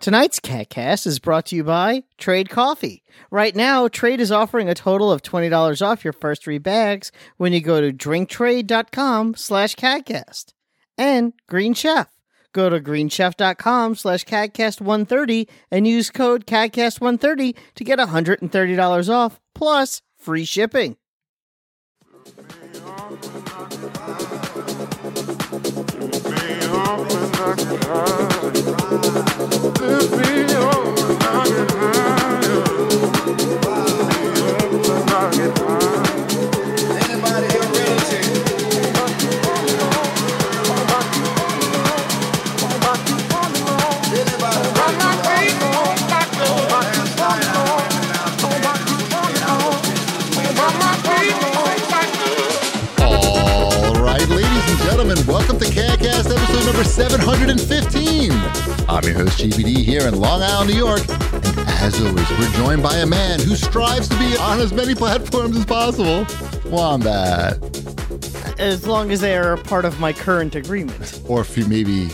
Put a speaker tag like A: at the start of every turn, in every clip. A: Tonight's CatCast is brought to you by Trade Coffee. Right now, Trade is offering a total of $20 off your first three bags when you go to drinktrade.com slash CatCast. And Green Chef. Go to greenchef.com slash CatCast130 and use code CatCast130 to get $130 off plus free shipping.
B: All right, ladies and gentlemen, welcome to CatCast episode number 715. I'm your host, GBD, here in Long Island, New York. And as always, we're joined by a man who strives to be on as many platforms as possible Wombat.
A: As long as they are a part of my current agreement.
B: Or if you maybe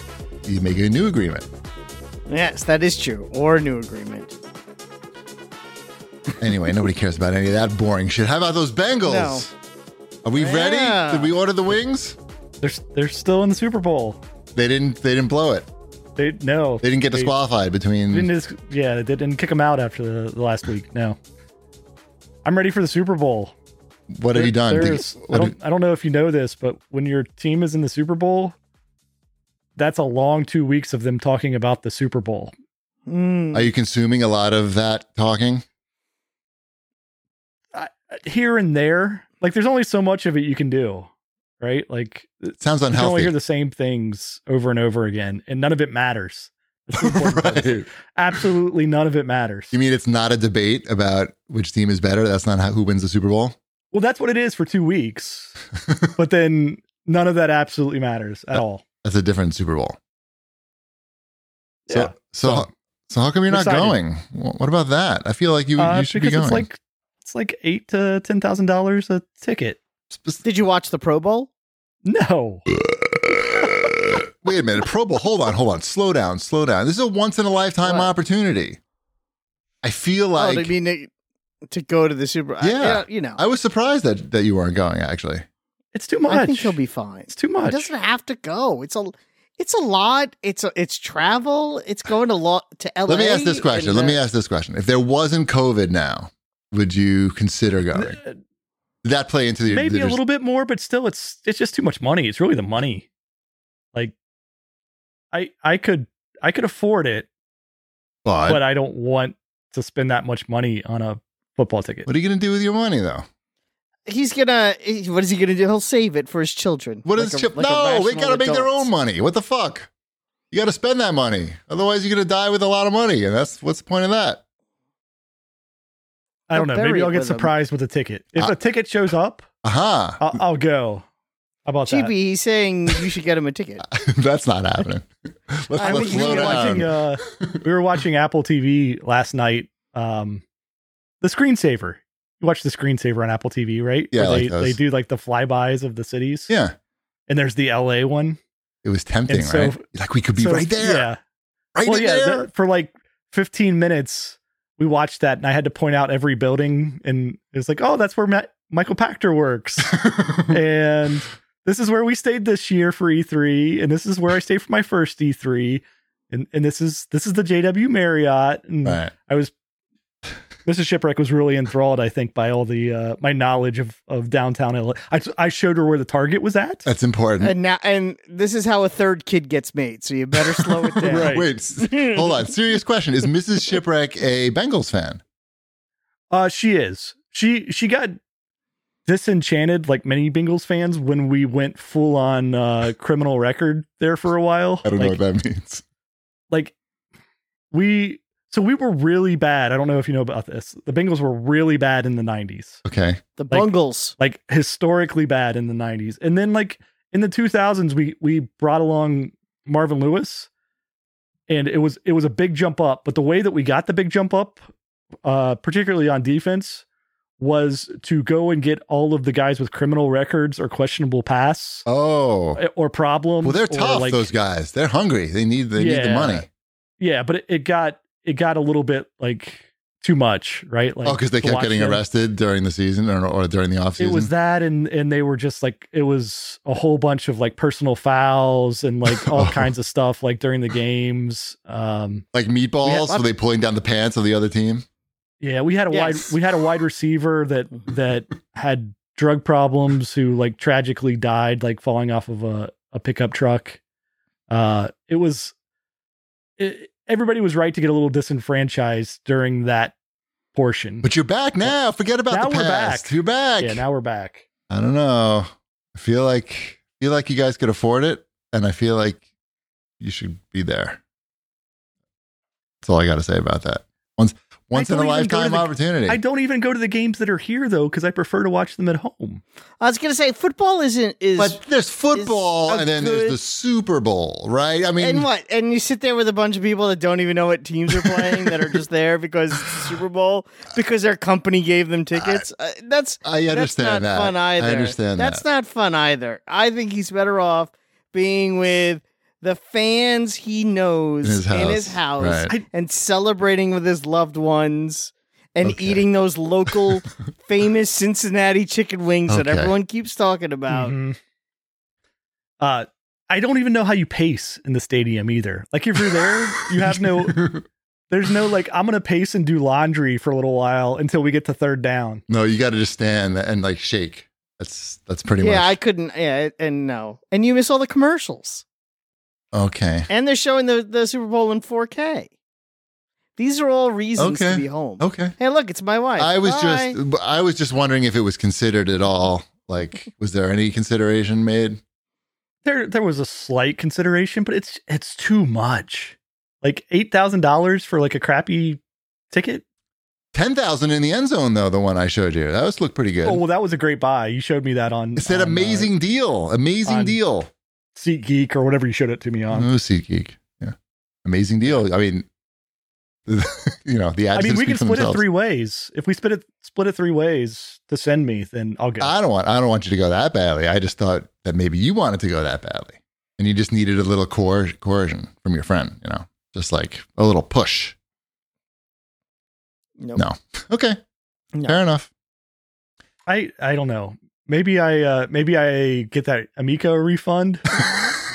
B: you make a new agreement.
A: Yes, that is true. Or new agreement.
B: Anyway, nobody cares about any of that boring shit. How about those Bengals?
A: No.
B: Are we
A: Yeah.
B: ready? Did we order the wings?
C: They're they're still in the Super Bowl.
B: They didn't. They didn't blow it.
C: They no.
B: They didn't get
C: they
B: disqualified between.
C: didn't dis- yeah, they didn't kick them out after the, the last week. No. I'm ready for the Super Bowl.
B: what have you done? Did-
C: There's, I
B: what have-
C: don't I don't know if you know this, but when your team is in the Super Bowl, that's a long two weeks of them talking about the Super Bowl.
A: Mm.
B: Are you consuming a lot of that talking?
C: Here and there, like there's only so much of it you can do, right? Like
B: It sounds
C: you can only
B: unhealthy.
C: hear the same things over and over again, and none of it matters. That's the important part.
B: right.
C: Absolutely none of it matters.
B: You mean it's not a debate about which team is better? That's not how, who wins the Super Bowl.
C: Well, that's what it is for two weeks, but then none of that absolutely matters
B: Uh,
C: at all.
B: That's a different Super Bowl. So,
C: Yeah.
B: so, so,
C: So-
B: how come you're not
C: Excited.
B: going? Wh- What about that? I feel like you,
C: Uh,
B: you should be
C: because
B: going.
C: it's like it's like eight to ten thousand dollars a ticket.
A: Did you watch the Pro Bowl?
C: No,
B: Wait a minute, Pro Bowl. Hold on, hold on. Slow down, slow down. This is a once in a lifetime
A: What?
B: opportunity. I feel like
A: oh, they mean to, to go to the Super. I-
B: Yeah.
A: you know,
B: I was surprised that that you weren't going. Actually,
C: it's too much.
A: I think he'll be fine.
C: It's too
A: He
C: much.
A: doesn't have to go. It's a, it's a lot. It's a, it's travel. It's going to lo- to LA.
B: let me ask this question.
A: and,
B: Let me
A: uh,
B: ask this question. If there wasn't COVID now, would you consider going?
C: Uh,
B: Did that play into the
C: Maybe a
B: there's-
C: little bit more, but still, it's it's just too much money. It's really the money. Like, I I could I could afford it,
B: But,
C: but I don't want to spend that much money on a football ticket.
B: what are you going to do with your money, though?
A: He's gonna. he- What is he gonna do? He'll save it for his children.
B: What
A: Like
B: is
A: a-
B: chip?
A: like a
B: no, they
A: rational
B: got to make their
A: adult.
B: own money. What the fuck? You got to spend that money. Otherwise, you're going to die with a lot of money. And that's what's the point of that?
C: I don't know.
A: I'll
C: Maybe
A: bury
C: I'll
A: it
C: get
A: with 'em.
C: surprised with a ticket. If
B: Uh,
C: a ticket shows up,
B: Aha.
C: I'll, I'll go. How about
A: GB,
C: that?
A: he's saying you should get him a ticket.
B: that's not happening. let's
A: I
B: let's
A: was
B: slow
C: we were
B: down.
C: watching uh, we were watching Apple TV last night. Um, the screensaver. You watch the screensaver on Apple TV, right?
B: Yeah, I
C: Where
B: like
C: they
B: those.
C: they do like the flybys of the cities.
B: yeah.
C: and there's the LA one.
B: It was tempting,
C: uh, And
B: right?
C: so-
B: Like, we could be
C: So,
B: right there.
C: Yeah,
B: Right
C: well,
B: in
C: yeah.
B: there.
C: that- for like 15 minutes, we watched that, and I had to point out every building, and it was like, oh, that's where Ma- Michael Pachter works, and this is where we stayed this year for E3, and this is where I stayed for my first E3. And, and this is this is the JW Marriott, and
B: Right.
C: I was Mrs. Shipwreck was really enthralled, I think, by all the uh, my knowledge of of downtown LA. I, I showed her where the Target was at.
B: That's important.
A: And now, and this is how a third kid gets made. So you better slow it down.
C: Right.
B: Wait, s- hold on. Serious question. Is Mrs. Shipwreck a Bengals fan?
C: Uh, she is. She she got disenchanted like many Bengals fans when we went full on uh, criminal record there for a while.
B: I don't
C: like,
B: know what that means.
C: like we so we were really bad. I don't know if you know about this. The Bengals were really bad in the 90s.
B: Okay.
A: The Bungles.
C: Like historically bad in the 90s. And then like in the 2000s we we brought along Marvin Lewis and it was it was a big jump up, but the way that we got the big jump up uh particularly on defense was to go and get all of the guys with criminal records or questionable pass eh,
B: Oh.
C: or problems.
B: Well, they're
C: or,
B: tough,
C: like-
B: those guys. They're hungry. They need they need the
C: Yeah.
B: money.
C: yeah, but it, it got it got a little bit like too much, right? Like
B: oh, because they
C: to
B: kept
C: watch
B: getting
C: them.
B: arrested during the season or, or during the off
C: It
B: season.
C: was that, and and they were just like it was a whole bunch of like personal fouls and like all
B: Oh.
C: kinds of stuff like during the games. Um,
B: like meatballs.
C: lots-
B: Were they pulling down the pants of the other team?
C: Mm-hmm. Yeah, we had a
A: Yes.
C: wide we had a wide receiver that that had drug problems who like tragically died like falling off of a a pickup truck. Uh it was it, everybody was right to get a little disenfranchised during that portion.
B: But you're back now. Forget about
C: Now
B: the
C: we're
B: past.
C: back.
B: You're back.
C: yeah, now we're back.
B: I don't know. I feel like feel like you guys could afford it, and I feel like you should be there. That's all I got to say about that. Once once in a
C: don't even go to
B: lifetime
C: the-
B: opportunity.
C: I don't even go to the games that are here though cuz I prefer to watch them at home.
A: I was gonna say football isn't is
B: but there's football,
A: is a
B: and then there's
A: good-
B: the Super Bowl, right? I mean,
A: and what? And you sit there with a bunch of people that don't even know what teams are playing that are just there because it's the Super Bowl because their company gave them tickets. Uh, that's
B: I
A: that's not
B: understand that.
A: fun either.
B: I understand
A: that's
B: that.
A: not fun either. I think he's better off being with the fans he knows
B: In his house.
A: house
B: Right.
C: I-
A: and celebrating with his loved ones. And
B: Okay.
A: eating those local famous Cincinnati chicken wings that
B: Okay. Mm-hmm.
A: everyone keeps talking about.
C: Mhm. Uh I don't even know how you pace in the stadium either. Like if you're there, you have no There's no like I'm gonna pace and do laundry for a little while until we get to third down.
B: no, you got to just stand and like shake. That's that's pretty
A: yeah, I
B: much
A: couldn't. Yeah, and no. And you miss all the commercials.
B: okay.
A: And they're showing the, the Super Bowl in 4K. These are all reasons
B: Okay.
A: to be home.
B: Okay.
A: Hey, look, it's my wife.
B: I was
A: Bye.
B: just I was just wondering if it was considered at all. Like, was there any consideration made?
C: There there was a slight consideration, but it's it's too much. Like eight thousand dollars for like a crappy ticket.
B: Ten thousand in the end zone though. The one I showed you that was looked pretty good.
C: Oh well, that was a great buy. You showed me that on
B: it's an
C: on, uh,
B: amazing deal. Amazing
C: on-
B: deal.
C: SeatGeek or whatever you showed it to me on.
B: oh, SeatGeek. Yeah, amazing deal. I mean, you know the
C: I
B: ads.
C: mean, we
B: speak
C: can
B: for
C: split it
B: themselves.
C: three ways. If we split it split it three ways to send me, then I'll go.
B: I don't want I don't want you to go that badly. I just thought that maybe you wanted to go that badly, and you just needed a little coer- coercion from your friend. You know, just like a little push.
A: Nope.
B: No. Okay,
A: No.
B: fair enough.
C: I I don't know. Maybe I uh maybe I get that Amico refund.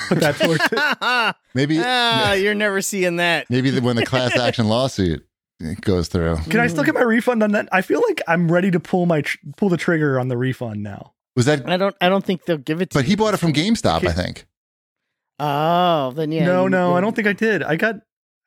C: Put that towards it.
B: Maybe
A: ah, you're never seeing that.
B: Maybe the, when the class action lawsuit goes through,
C: Can I
A: Mm.
C: still get my refund on that? I feel like I'm ready to pull my tr- pull the trigger on the refund now.
B: was that?
A: Mm. I don't. I don't think they'll give it to.
B: But he
A: you.
B: bought it from GameStop, I think.
A: Oh, then yeah.
C: no,
A: you-
C: no,
A: you-
C: I don't think I did. I got,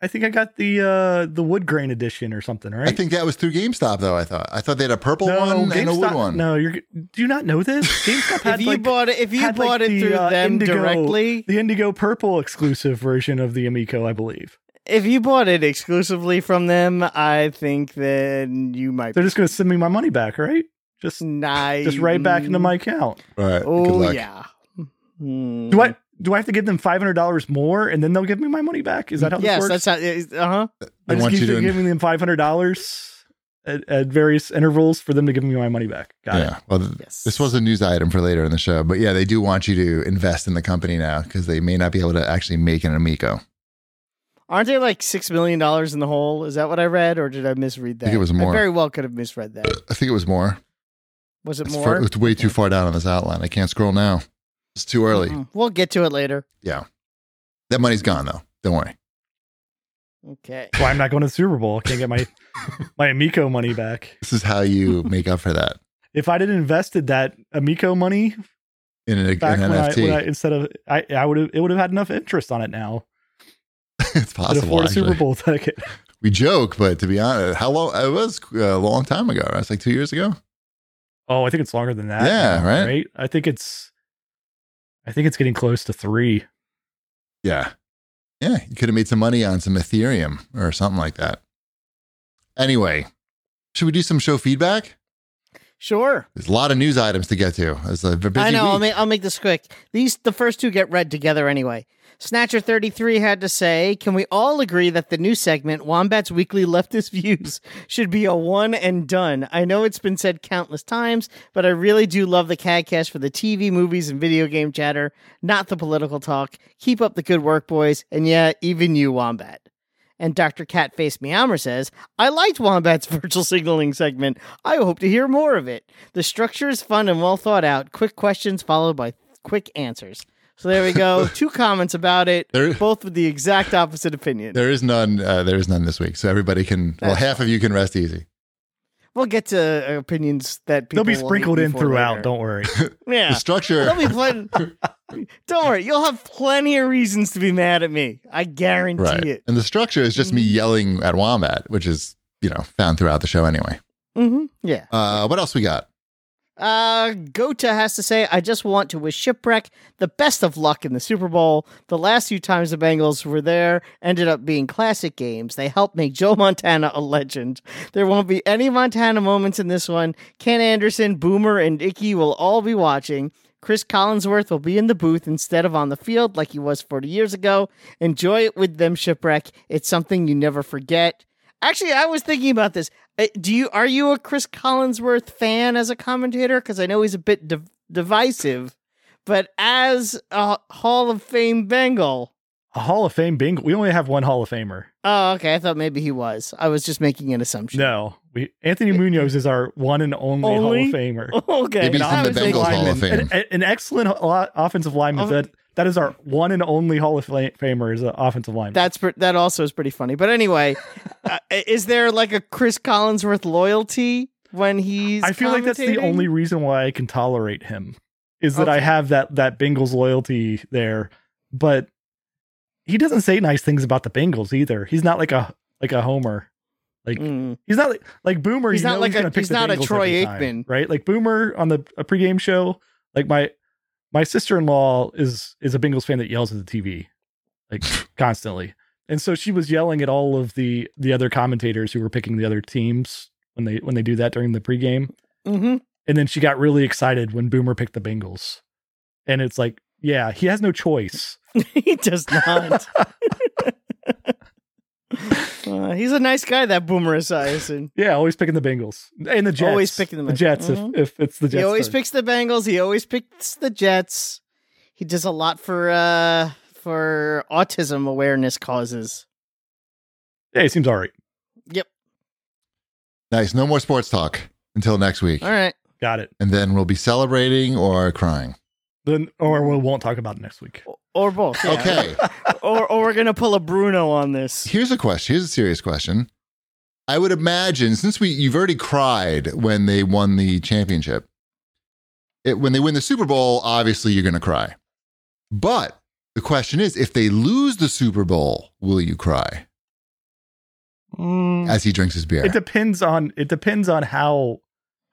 C: I think I got the uh the wood grain edition or something, right?
B: I think that was through GameStop, though. I thought I thought they had a purple one and a wood
C: GameStop-
B: one.
C: No, you're. Do you not know this? GameStop
A: If
C: had
A: you
C: like
A: bought it, if you
C: had, like,
A: bought it
C: the,
A: through
C: uh,
A: them
C: Indigo-
A: directly,
C: the indigo purple exclusive version of the Amico, I believe.
A: if you bought it exclusively from them, I think then you might.
C: They're just going to send me my money back, right? Just
A: nice.
C: just right back
A: mm.
C: into my account.
B: All right.
A: Oh
B: good luck.
A: yeah. Hmm.
C: Do
A: Mm-hmm.
C: I do I have to give them five hundred dollars more and then they'll give me my money back? Is that how this
A: Yes, that's
C: works?
A: how. Uh huh.
C: I
B: They
C: just
B: want
C: keep
B: you to-
C: giving them five hundred dollars at, at various intervals for them to give me my money back. Got it.
B: Yeah. Well, th-
A: Yes.
B: this was a news item for later in the show, but yeah, they do want you to invest in the company now because they may not be able to actually make an Amico.
A: Aren't they like six million dollars in the hole? Is that what I read, or did I misread that?
B: think it was more.
A: very well could have misread that.
B: I think it was more.
A: Was it
B: It's,
A: more?
B: far- it's way too far down on this outline. I can't scroll now. It's too early.
C: Mm-hmm.
A: Mm, We'll get to it later.
B: That money's gone though. Don't worry.
A: Okay.
C: Why I'm not going to the Super Bowl? I can't get my my Amico money back.
B: This is how you make up for that
C: If I'd have invested that Amico money
B: in an, in
C: back
B: an
C: when I,
B: NFT.
C: when I instead of I I would have it would have had enough interest on it now
B: it's
C: to
B: possible.
C: afford a Super
B: actually.
C: Bowl ticket.
B: we joke, but to be honest, how long it was a long time ago. Right? It's like two years ago.
C: Oh, I think it's longer than that.
B: Yeah,
C: now,
B: right.
C: Right. I think it's I think it's getting close to three.
B: Yeah, yeah. You could have made some money on some Ethereum or something like that. Anyway, should we do some show feedback?
A: Sure.
B: There's a lot of news items to get to. It's a busy
A: I know. I'll
B: week.
A: make, I'll make this quick. These the first two get read together anyway. Snatcher thirty three had to say, "Can we all agree that the new segment Wombat's Weekly Leftist Views should be a one and done?" I know it's been said countless times, but I really do love the Cadcast for the TV, movies, and video game chatter, not the political talk. Keep up the good work, boys, and yeah, even you, Wombat. And Dr. Catface Meowmer says, I liked Wombat's virtual signaling segment. I hope to hear more of it. The structure is fun and well thought out. Quick questions followed by quick answers. So there we go. Two comments about it,
B: There-
A: both with the exact opposite opinion.
B: There is none. Uh, there is none this week, so everybody can. Well,
A: That's
B: half of you can rest easy.
A: We'll get to uh, opinions that people
C: They'll be
A: will hate
C: sprinkled
A: me
C: in
A: for
C: throughout.
A: later.
C: Don't worry.
B: The
A: yeah.
B: structure.
A: There'll be plenty. Don't worry, you'll have plenty of reasons to be mad at me. I guarantee it.
B: right.
A: Mm-hmm.
B: And the structure is just me yelling at Wombat, which is, you know, found throughout the show anyway.
A: hmm Yeah.
B: Uh, what else we got?
A: Uh, Gota has to say, I just want to wish Shipwreck the best of luck in the Super Bowl. The last few times the Bengals were there ended up being classic games. They helped make Joe Montana a legend. There won't be any Montana moments in this one. Ken Anderson, Boomer, and Icky will all be watching. Chris Collinsworth will be in the booth instead of on the field like he was 40 years ago. Enjoy it with them, Shipwreck. It's something you never forget. Actually, I was thinking about this. Uh, Do you are you a Chris Collinsworth fan as a commentator? Because I know he's a bit div- divisive, but as a Hall of Fame Bengal,
C: A Hall of Fame bingo. We only have one Hall of Famer.
A: oh okay, I thought maybe he was. I was just making an assumption.
C: No, we Anthony Munoz is our one and only, Hall
A: Only?
C: of Famer.
A: Okay,
B: Maybe he's
A: I
B: in the
A: was
B: Bengals
A: thinking-
B: Hall of
C: Lineman. An, an excellent o- offensive lineman.
A: Off-
C: that that is our one and only Hall of Fla- Famer is an offensive lineman.
A: That's pre- that also is pretty funny. But anyway, uh, is there like a Chris Collinsworth loyalty when he's?
C: I feel like that's the
A: commentating?
C: only reason why I can tolerate him is that I
A: Okay.
C: have that that Bengals loyalty there, but he doesn't say nice things about the Bengals either. He's not like a like a homer. Like
A: Mm.
C: he's not like, like Boomer.
A: He's
C: you
A: not
C: know
A: like
C: he's
A: a-
C: gonna pick
A: he's
C: the
A: not a
C: Bengals
A: Troy
C: every time,
A: Aikman.
C: right? Like Boomer on the a pregame show. Like my my sister in law is is a Bengals fan that yells at the TV like constantly, and so she was yelling at all of the the other commentators who were picking the other teams when they when they do that during the pregame.
A: Mhm.
C: And then she got really excited when Boomer picked the Bengals, and it's like, yeah, he has no choice.
A: he does not. Uh, he's a nice guy, that Boomer Esiason.
C: Yeah, always picking the Bengals and the Jets.
A: Always picking the
C: the Jets
A: Bengals. Mhm.
C: if, if it's the Jets.
A: He always
C: turn.
A: picks the Bengals. He always picks the Jets. He does a lot for uh for autism awareness causes.
C: Yeah, he seems all right.
B: Nice. No more sports talk until next week,
A: All right.
C: Got it.
B: and then we'll be celebrating or crying.
C: Then, or we won't talk about it next week.
A: O- Or both. yeah.
B: Okay.
A: Or or we're gonna pull a Bruno on this.
B: Here's a question. Here's a serious question. I would imagine since we you've already cried when they won the championship. It, when they win the Super Bowl, obviously you're going to cry. But the question is, if they lose the Super Bowl, will you cry
A: Mm.
B: as he drinks his beer?
C: It depends on it depends on how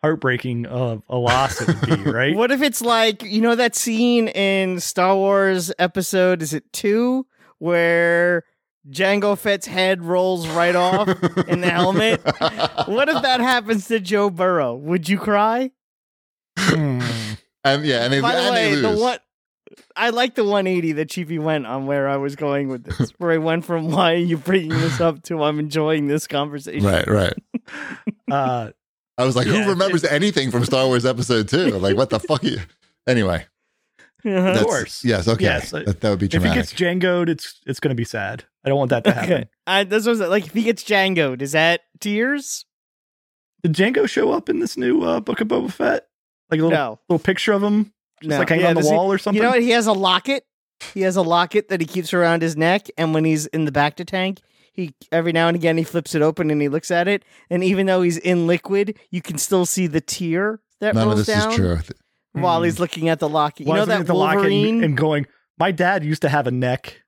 C: heartbreaking of a loss it would be, right?
A: What if it's like you know that scene in Star Wars episode is it two where Django Fett's head rolls right off in the helmet? What if that happens to Joe Burrow? Would you cry?
C: Hmm.
B: And yeah, and they,
A: By the
B: and
A: way,
B: they
A: the
B: lose.
A: one I like the 180 that Chiefy went on where I was going with this, where I went from why are you bringing this up to I'm enjoying this conversation.
B: Right, right.
C: uh,
B: I was like,
C: Yeah,
B: who remembers anything from Star Wars Episode Two? Like, what the fuck? Are you? Anyway,
A: Uh-huh.
B: that's-
C: course.
B: Yes, okay.
C: Yes, uh,
B: that, that would be
C: if he
B: dramatic.
C: gets Djangoed, it's it's going to be sad. I don't want that to happen.
A: Okay. I, that's what I was like. If he gets Django, does that tears?
C: Did Django show up in this new uh, Book of Boba Fett? Like a little
A: No.
C: little picture of him, just
A: no.
C: like hanging
A: Yeah,
C: on the
A: does he-
C: wall or something.
A: You know what? He has a locket. He has a locket that he keeps around his neck, and when he's in the back to tank, he every now and again he flips it open and he looks at it. And even though he's in liquid, you can still see the tear that
B: None of
A: rolls
B: this
A: down
B: is true.
A: while
C: Hmm.
A: he's looking at the locket. You
C: Why
A: know
C: is he
A: that
C: at the locket
A: Wolverine.
C: and, and going, my dad used to have a neck.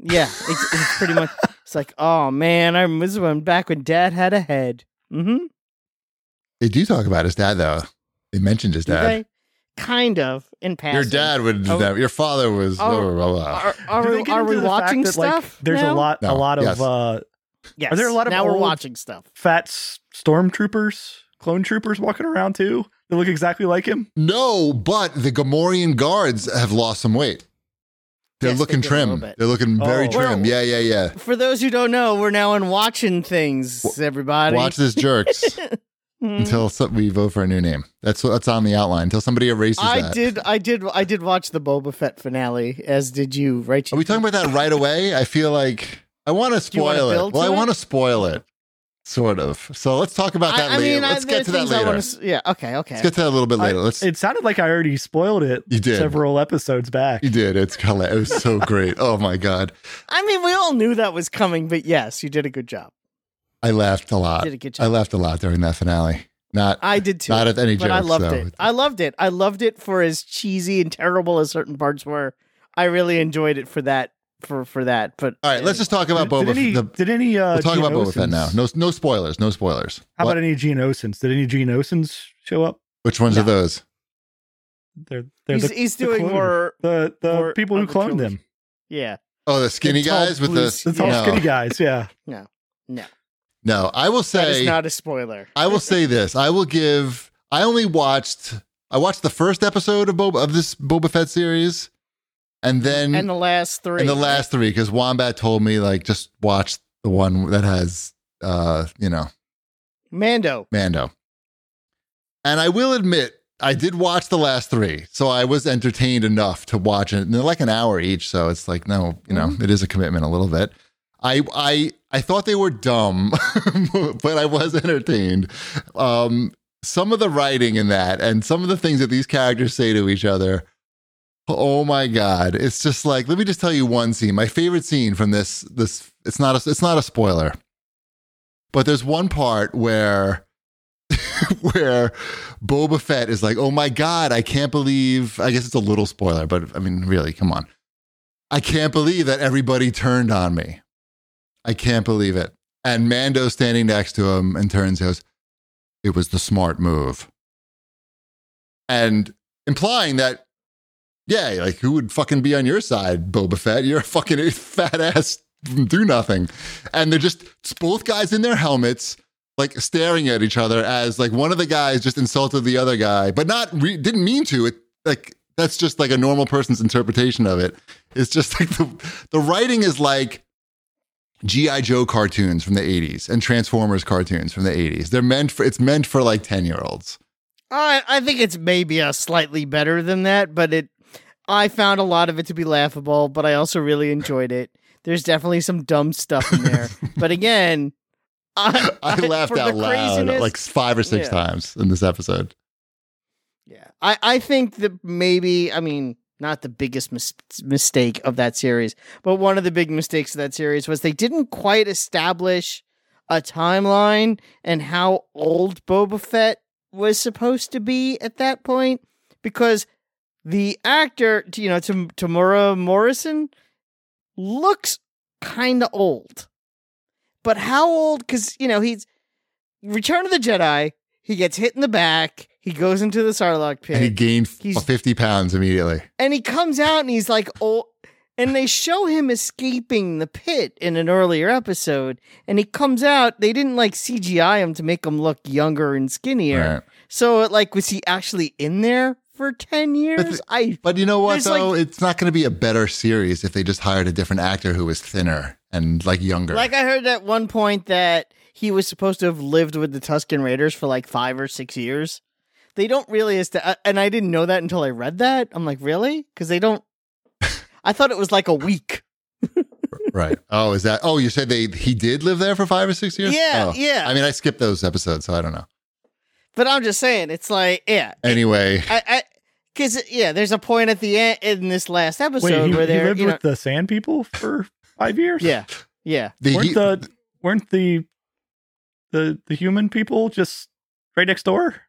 A: Yeah, it's, it's pretty much. It's like, oh man, I remember this one back when Dad had a head. Mm-hmm.
B: They do talk about his dad, though. They mentioned his dad.
A: Okay, kind of in passing.
B: Your dad would.
A: Oh.
B: your father was.
A: Oh.
B: blah, blah, blah, blah.
A: Are, are,
C: Do they
A: we-
C: get
A: are
C: into
A: we
C: the fact
A: watching
C: that, like,
A: stuff?
C: there's
A: now?
C: a lot,
B: No.
C: a lot
B: Yes.
C: of uh,
A: Yes.
C: are there a lot of
A: now we're
C: old-
A: watching stuff?
C: fat s- stormtroopers, clone troopers walking around too. They look exactly like him.
B: No, but the Gamorrean guards have lost some weight. They're
A: Yes, they
B: looking
A: did a little
B: trim.
A: bit.
B: They're looking very
C: Oh.
B: trim. Yeah, yeah, yeah.
A: For those who don't know, we're now in watching things. Everybody,
B: Watch this jerks
A: Mhm.
B: until some, we vote for a new name. That's that's on the outline. Until somebody erases
A: I
B: that.
A: did, I did, I did watch the Boba Fett finale, as did you, right?
B: Are we talking about that right away? I feel like I want to
A: you wanna
B: spoil it.
A: build
B: Well, I
A: to it?
B: want to spoil it, sort of. So let's talk about that
A: I, I
B: later.
A: mean,
B: let's
A: I, there
B: get to
A: are
B: that
A: things I
B: later.
A: wanna s- yeah. Okay. Okay.
B: Let's get to that a little bit later.
C: I-
B: Let's.
C: it sounded like I already spoiled it
B: you did.
C: several episodes back.
B: You did. It's hilarious. It was so great. Oh my god,
A: I mean, we all knew that was coming, but yes, you did a good job.
B: I laughed a
A: You
B: lot.
A: did a good
B: I
A: job.
B: laughed a lot during that finale. Not
A: I, did too.
B: not at any
A: but
B: joke.
A: I loved
B: so.
A: it. I loved it. I loved it for as cheesy and terrible as certain parts were. I really enjoyed it for that. For for that. But
B: All right, let's just talk about
C: did,
B: Boba.
C: did any?
B: the,
C: did any? Uh,
B: we'll talk about Boba Fett
C: Geonosians-
B: now. No, no spoilers. No spoilers.
C: How
B: What-
C: about any Geonosians? Did any Geonosians show up?
B: which ones
A: No.
B: are those?
C: They're they're
A: he's,
C: the,
A: he's
C: the
A: doing
C: clone-
A: more.
C: the the
A: more
C: people who
A: of the
C: cloned
A: trilogy.
C: them.
A: Yeah.
B: Oh, the skinny
A: tall
B: guys with
A: blue
B: the
A: skin-
C: The tall
B: no,
C: skinny guys. Yeah.
B: no. I will
A: That is
B: say
A: not a spoiler.
B: I will say this. I will give. I only watched. I watched the first episode of Boba of this Boba Fett series, and then
A: And the last three.
B: Mm. and the last three because Wombat told me like just watch the one that has uh you know
A: Mando.
B: Mando. And I will admit, I did watch the last three, so I was entertained enough to watch it. And they're like an hour each, so it's like no, you know, it is a commitment a little bit. I I I thought they were dumb, but I was entertained. Um, some of the writing in that, and some of the things that these characters say to each other. Oh my god! It's just like let me just tell you one scene. My favorite scene from this this it's not a it's not a spoiler, but there's one part where where Boba Fett is like, "Oh my god, I can't believe." I guess it's a little spoiler, but I mean, really, come on. I can't believe that everybody turned on me. I can't believe it. And Mando's standing next to him and turns and goes, "It was the smart move." And implying that yeah, like who would fucking be on your side, Boba Fett? You're a fucking fat ass do nothing. And they're just it's both guys in their helmets, like staring at each other as like one of the guys just insulted the other guy, but not re- didn't mean to. It like that's just like a normal person's interpretation of it. It's just like the the writing is like GI Joe cartoons from the 80s and Transformers cartoons from the 80s. They're meant for it's meant for like 10-year-olds.
A: I I think it's maybe a slightly better than that, but it I found a lot of it to be laughable, but I also really enjoyed it. There's definitely some dumb stuff in there, but again, I,
B: I laughed
A: for the
B: out loud
A: craziness-
B: like five or six
A: Yeah.
B: times in this episode.
A: yeah, I I think that maybe I mean not the biggest mis- mistake of that series, but one of the big mistakes of that series was they didn't quite establish a timeline and how old Boba Fett was supposed to be at that point because the actor, t- you know, Tam- Tamura Morrison looks kind of old. But how old? Because, you know, he's Return of the Jedi, he gets hit in the back, he goes into the Sarlacc pit,
B: And he gained
A: He's-
B: 50 pounds immediately.
A: comes out and he's like, oh, and they show him escaping the pit in an earlier episode. And he comes out, they didn't like CGI him to make him look younger and skinnier.
B: Right.
A: So, like, was he actually in there for 10 years?
B: th-
A: I
B: But you know what,
A: There's,
B: though? it's not going to be a better series if they just hired a different actor who was thinner and like younger.
A: Like I heard at one point that he was supposed to have lived with the Tuscan Raiders for like five or six years. They don't really, est- uh, and I didn't know that until I read that. I'm like, really? Because they don't. I thought it was like a week.
B: right. Oh, is that? Oh, you said they he did live there for five or six years?
A: Yeah,
B: Oh.
A: yeah.
B: I mean, I skipped those episodes, so I don't know.
A: but I'm just saying, it's like, yeah,
B: Anyway,
A: I, I, because yeah, there's a point at the end in this last episode
C: Wait, he,
A: where
C: he
A: they're,
C: lived
A: you know,
C: with the sand people for five years.
A: yeah, yeah.
B: the,
C: weren't
B: he-
C: the weren't the the the human people just right next door?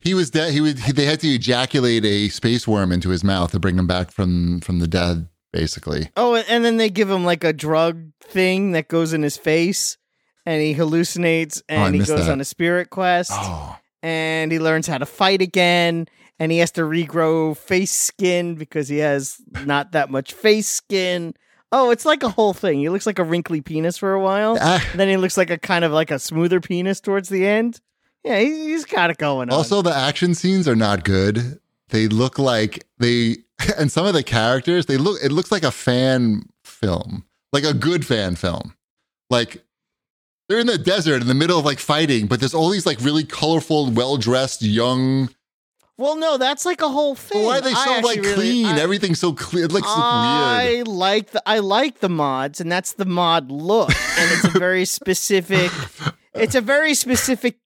B: He was dead. He would. He, they had to ejaculate a space worm into his mouth to bring him back from from the dead, basically.
A: Oh, and- and then they give him like a drug thing that goes in his face, and he hallucinates,
C: Oh,
A: and he
B: missed
A: goes
B: that.
A: on a spirit quest.
B: Oh,
A: and he learns how to fight again and he has to regrow face skin because he has not that much face skin oh it's like a whole thing he looks like a wrinkly penis for a while
B: Ah.
A: and then he looks like a kind of like a smoother penis towards the end yeah he, he's got it going on
B: Also, the action scenes are not good. They look like they, and some of the characters, they look. It looks like a fan film, like a good fan film. Like they're in the desert in the middle of like fighting, but there's all these like really colorful, well dressed young
A: Well, no, that's like a whole thing.
B: But why are they
A: I
B: so
A: actually
B: like
A: really-
B: clean?
A: I-
B: Everything's so clean. It looks weird.
A: I like the I like the mods, and that's the mod look, and it's a very specific. It's a very specific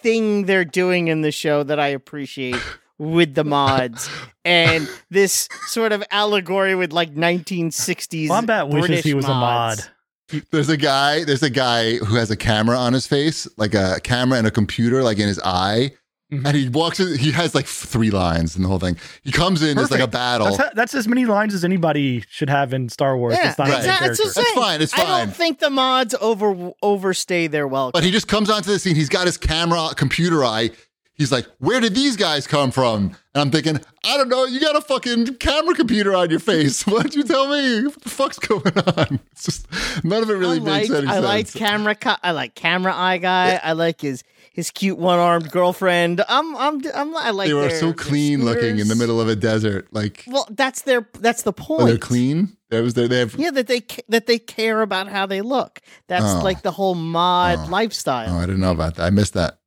A: thing they're doing in the show that I appreciate with the mods, and this sort of allegory with like 1960s.
C: Wombat wishes
A: British
C: he was
A: mods.
C: a mod.
B: There's a guy. There's a guy who has a camera on his face, like a camera and a computer, like in his eye.
C: Mhm.
B: And he walks in. He has like three lines in the whole thing. He comes in. It's like a
C: Perfect.
B: battle.
C: That's, ha- that's as many lines as anybody should have in Star Wars.
A: Yeah,
C: that's not a
A: exactly.
B: right.
C: character.
A: That's what I'm
B: That's
A: saying.
B: fine, it's
A: I
B: fine.
A: don't think the mods over overstay their welcome.
B: but he just comes onto the scene. He's got his camera, computer eye. He's like, "Where did these guys come from?" And I'm thinking, I don't know. You got a fucking camera computer on your face. Why don't you tell me what the fuck's going on? It's just none of it really
A: I
B: makes
A: like,
B: any
A: I
B: sense.
A: like camera. Co- I like camera eye guy. I like his his cute one armed girlfriend. I'm I'm I'm I like.
B: they were
A: their-
B: so
A: their
B: clean looking in the
A: scooters.
B: middle of a desert. Like
A: Well, that's their that's the point.
B: oh, they're clean. That was their. They have.
A: Yeah, that they ca- that they care about how they look. That's
B: Oh.
A: like the whole mod
B: Oh. Oh,
A: lifestyle.
B: I didn't know about that. I missed that.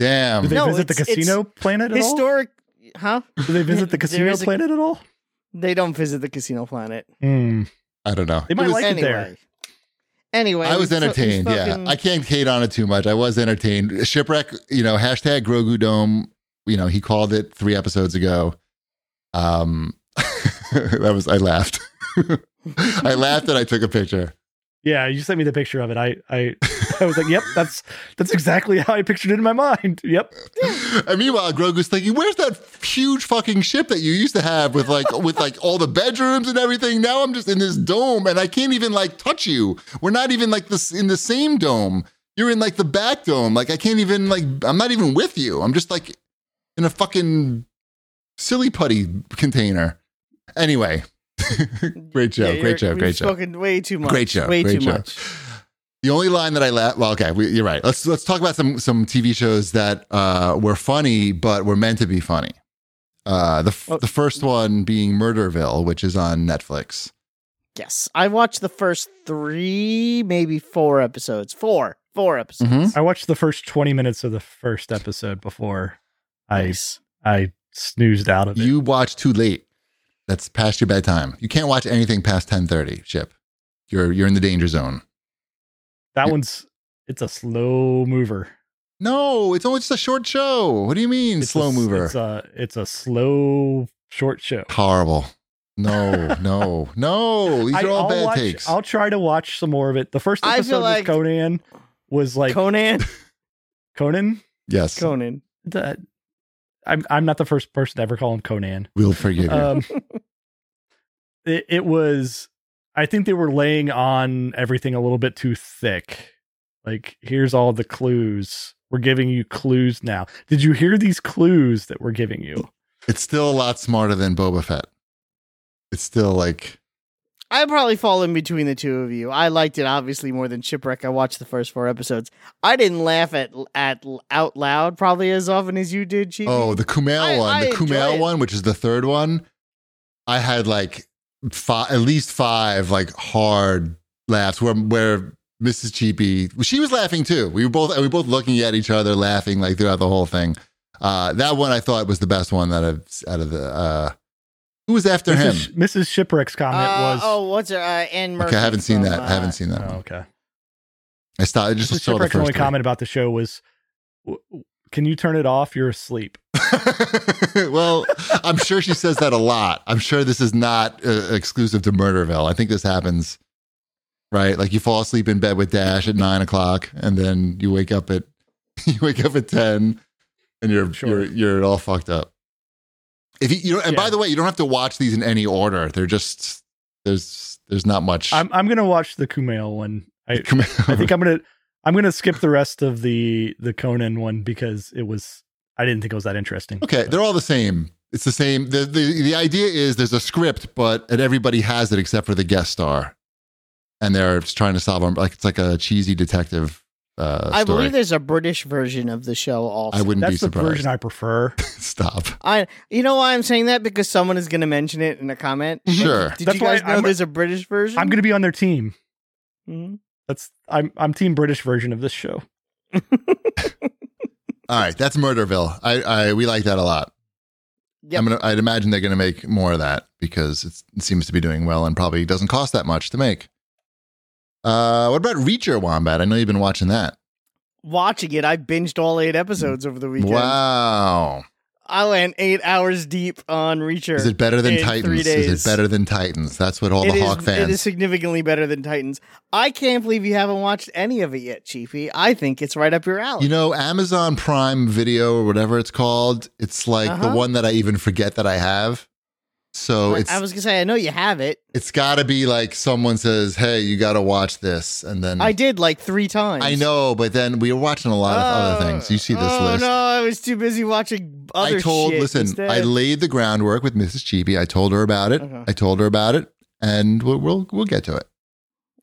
B: Damn.
C: Do they
A: No,
C: visit the
A: it's- it's
C: casino planet at all?
A: Historic, huh?
C: Do they visit the
A: There
C: casino
A: is a-
C: planet at all?
A: They don't visit the casino planet.
C: Hmm.
B: I don't know.
C: They might
B: It was-
C: like it there.
A: Anyway. Anyway,
B: I was
A: we fu- we
B: entertained.
A: fucking-
B: Yeah, I can't hate on it too much. I was entertained. Shipwreck, you know, hashtag Grogu Dome. You know, he called it three episodes ago. Um, that was I laughed. I laughed and I took a picture.
C: Yeah, you sent me the picture of it. I, I, I was like, yep, that's that's exactly how I pictured it in my mind. Yep.
B: And meanwhile, Grogu's thinking, "Where's that huge fucking ship that you used to have with like with like all the bedrooms and everything? Now I'm just in this dome and I can't even like touch you. We're not even like this in the same dome. You're in like the back dome. Like I can't even like I'm not even with you. I'm just like in a fucking silly putty container. Anyway, great
A: yeah,
B: show,
A: you're-
B: great show,
A: we've
B: great show.
A: Spoken way too much.
B: Great show.
A: Way
B: great
A: too
B: show.
A: much.
B: The only line that I laugh. Well, okay, we, you're right. Let's let's talk about some some TV shows that uh, were funny but were meant to be funny. Uh, the f
A: Oh.
B: the first one being Murderville, which is on Netflix.
A: Yes, I watched the first three, maybe four episodes. Four, four episodes.
B: Mhm.
C: I watched the first twenty minutes of the first episode before I
A: Nice.
C: I snoozed out of it.
B: You watch too late. That's past your bedtime. You can't watch anything past ten thirty. Ship, you're you're in the danger zone.
C: that one's it's a slow mover.
B: No, it's only just a short show. What do you mean
C: It's
B: slow
C: a,
B: mover?
C: It's a it's a slow short show.
B: Horrible. No, no, no. These are all
C: will
B: bad
C: watch,
B: takes.
C: I'll try to watch some more of it. The first
A: I feel
C: episode
A: like-
C: with Conan was like
A: Conan,
C: Conan.
B: yes,
A: Conan.
C: The, I'm I'm not the first person to ever call him Conan.
B: we'll forgive you.
C: um, it, it was i think they were laying on everything a little bit too thick like here's all the clues we're giving you clues now did you hear these clues that we're giving you
B: It's still a lot smarter than Boba Fett. It's still like
A: I probably fall in between the two of you. I liked it obviously more than Shipwreck. I watched the first four episodes. I didn't laugh at at out loud probably as often as you did, Chief.
B: oh the Kumail
A: I-
B: one,
A: I
B: the
A: enjoy
B: Kumail
A: it.
B: one, which is the third one. I had like five, at least five like hard laughs where where Mrs. Cheapy she was laughing too. We were both we were both looking at each other laughing like throughout the whole thing. Uh, that one I thought was the best one that I've out of the uh, who was after him.
C: mrs. mrs shipwreck's comment was
A: oh, what's her? Uh, Anne Murphy.
B: Okay, I haven't seen
A: from,
B: that. I haven't
A: uh,
B: seen that.
C: Oh,
B: one.
C: okay
B: I stopped. I just
C: mrs
B: saw the
C: shipwreck's only
B: first three.
C: comment about the show was "W- w- can you turn it off you're asleep
B: well, I'm sure she says that a lot. I'm sure this is not uh, exclusive to Murderville. I think this happens, right? Like you fall asleep in bed with Dash at nine o'clock, and then you wake up at you wake up at ten, and you're you're
C: Sure.
B: you're all fucked up. If you, you don't, and by
C: Yeah.
B: the way, you don't have to watch these in any order. They're just there's there's not much.
C: i'm, I'm gonna watch the kumail one I, I think I'm gonna I'm gonna skip the rest of the the Conan one because it was I didn't think it was that interesting.
B: Okay, they're all the same. It's the same. The, the The idea is there's a script, but and everybody has it except for the guest star, and they're trying to solve them. Like it's like a cheesy detective uh,
A: I
B: story.
A: believe there's a British version of the show also.
B: I wouldn't be
C: that's the
B: surprised.
C: version I prefer.
B: Stop.
A: I you know why I'm saying that because someone is going to mention it in a comment.
B: Sure.
A: Did
C: That's
A: you guys
C: why
A: know
C: I'm-
A: there's a British version?
C: I'm gonna be on their team.
A: Mhm.
C: That's I'm I'm team British version of this show.
B: All right, that's Murderville. I, I we like that a lot.
A: Yep.
B: I'm gonna, I'd imagine they're going to make more of that because it's, it seems to be doing well and probably doesn't cost that much to make. Uh, what about Reacher Wombat? I know you've been watching that.
A: Watching it, I binged all eight episodes over the weekend.
B: Wow.
A: I went eight hours deep on Reacher.
B: Is it better than
A: in three
B: Titans? Is
A: days.
B: it better than Titans? That's what all
A: It
B: the
A: is-
B: Hawk
A: It
B: fans.
A: is significantly better than Titans. I can't believe you haven't watched any of it yet, Chiefy. I think it's right up your alley.
B: You know, Amazon Prime Video or whatever it's called, it's like the
A: Uh-huh.
B: one that I even forget that I have. So
A: Like,
B: it's
A: I was gonna say I know you have it.
B: it's got to be like someone says, "Hey, you got to watch this," and then
A: I did like three times.
B: Hmm. I know, but then we were watching a lot of other
A: Oh,
B: things. You see this
A: oh,
B: list?
A: No, I was too busy watching other
B: I told,
A: shit
B: listen,
A: instead.
B: I laid the groundwork with Mrs. Chibi. I told her about it.
A: Okay.
B: I told her about it, and we'll we'll, we'll get to it.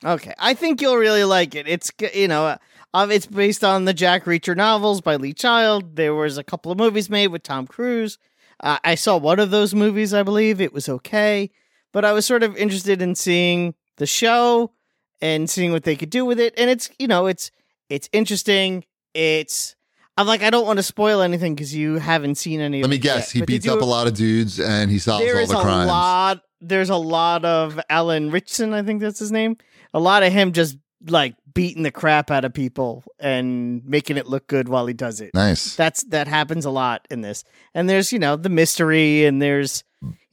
A: Okay, I think you'll really like it. It's g- you know, uh, um, it's based on the Jack Reacher novels by Lee Child. There was a couple of movies made with Tom Cruise. Uh, I saw one of those movies, I believe. It was okay, but I was sort of interested in seeing the show and seeing what they could do with it. And it's you know, it's it's interesting. It's I'm like I don't want to spoil anything because you haven't seen any.
B: Let
A: of
B: me
A: it
B: guess.
A: yet.
B: He
A: But did
B: beats
A: you-
B: up a lot of dudes, and he solves
A: there
B: all
A: is
B: the
A: a
B: crimes.
A: lot. There's a lot of Alan Richson, I think that's his name. A lot of him just like beating the crap out of people and making it look good while he does it.
B: Nice.
A: That's that happens a lot in this. And there's you know the mystery and there's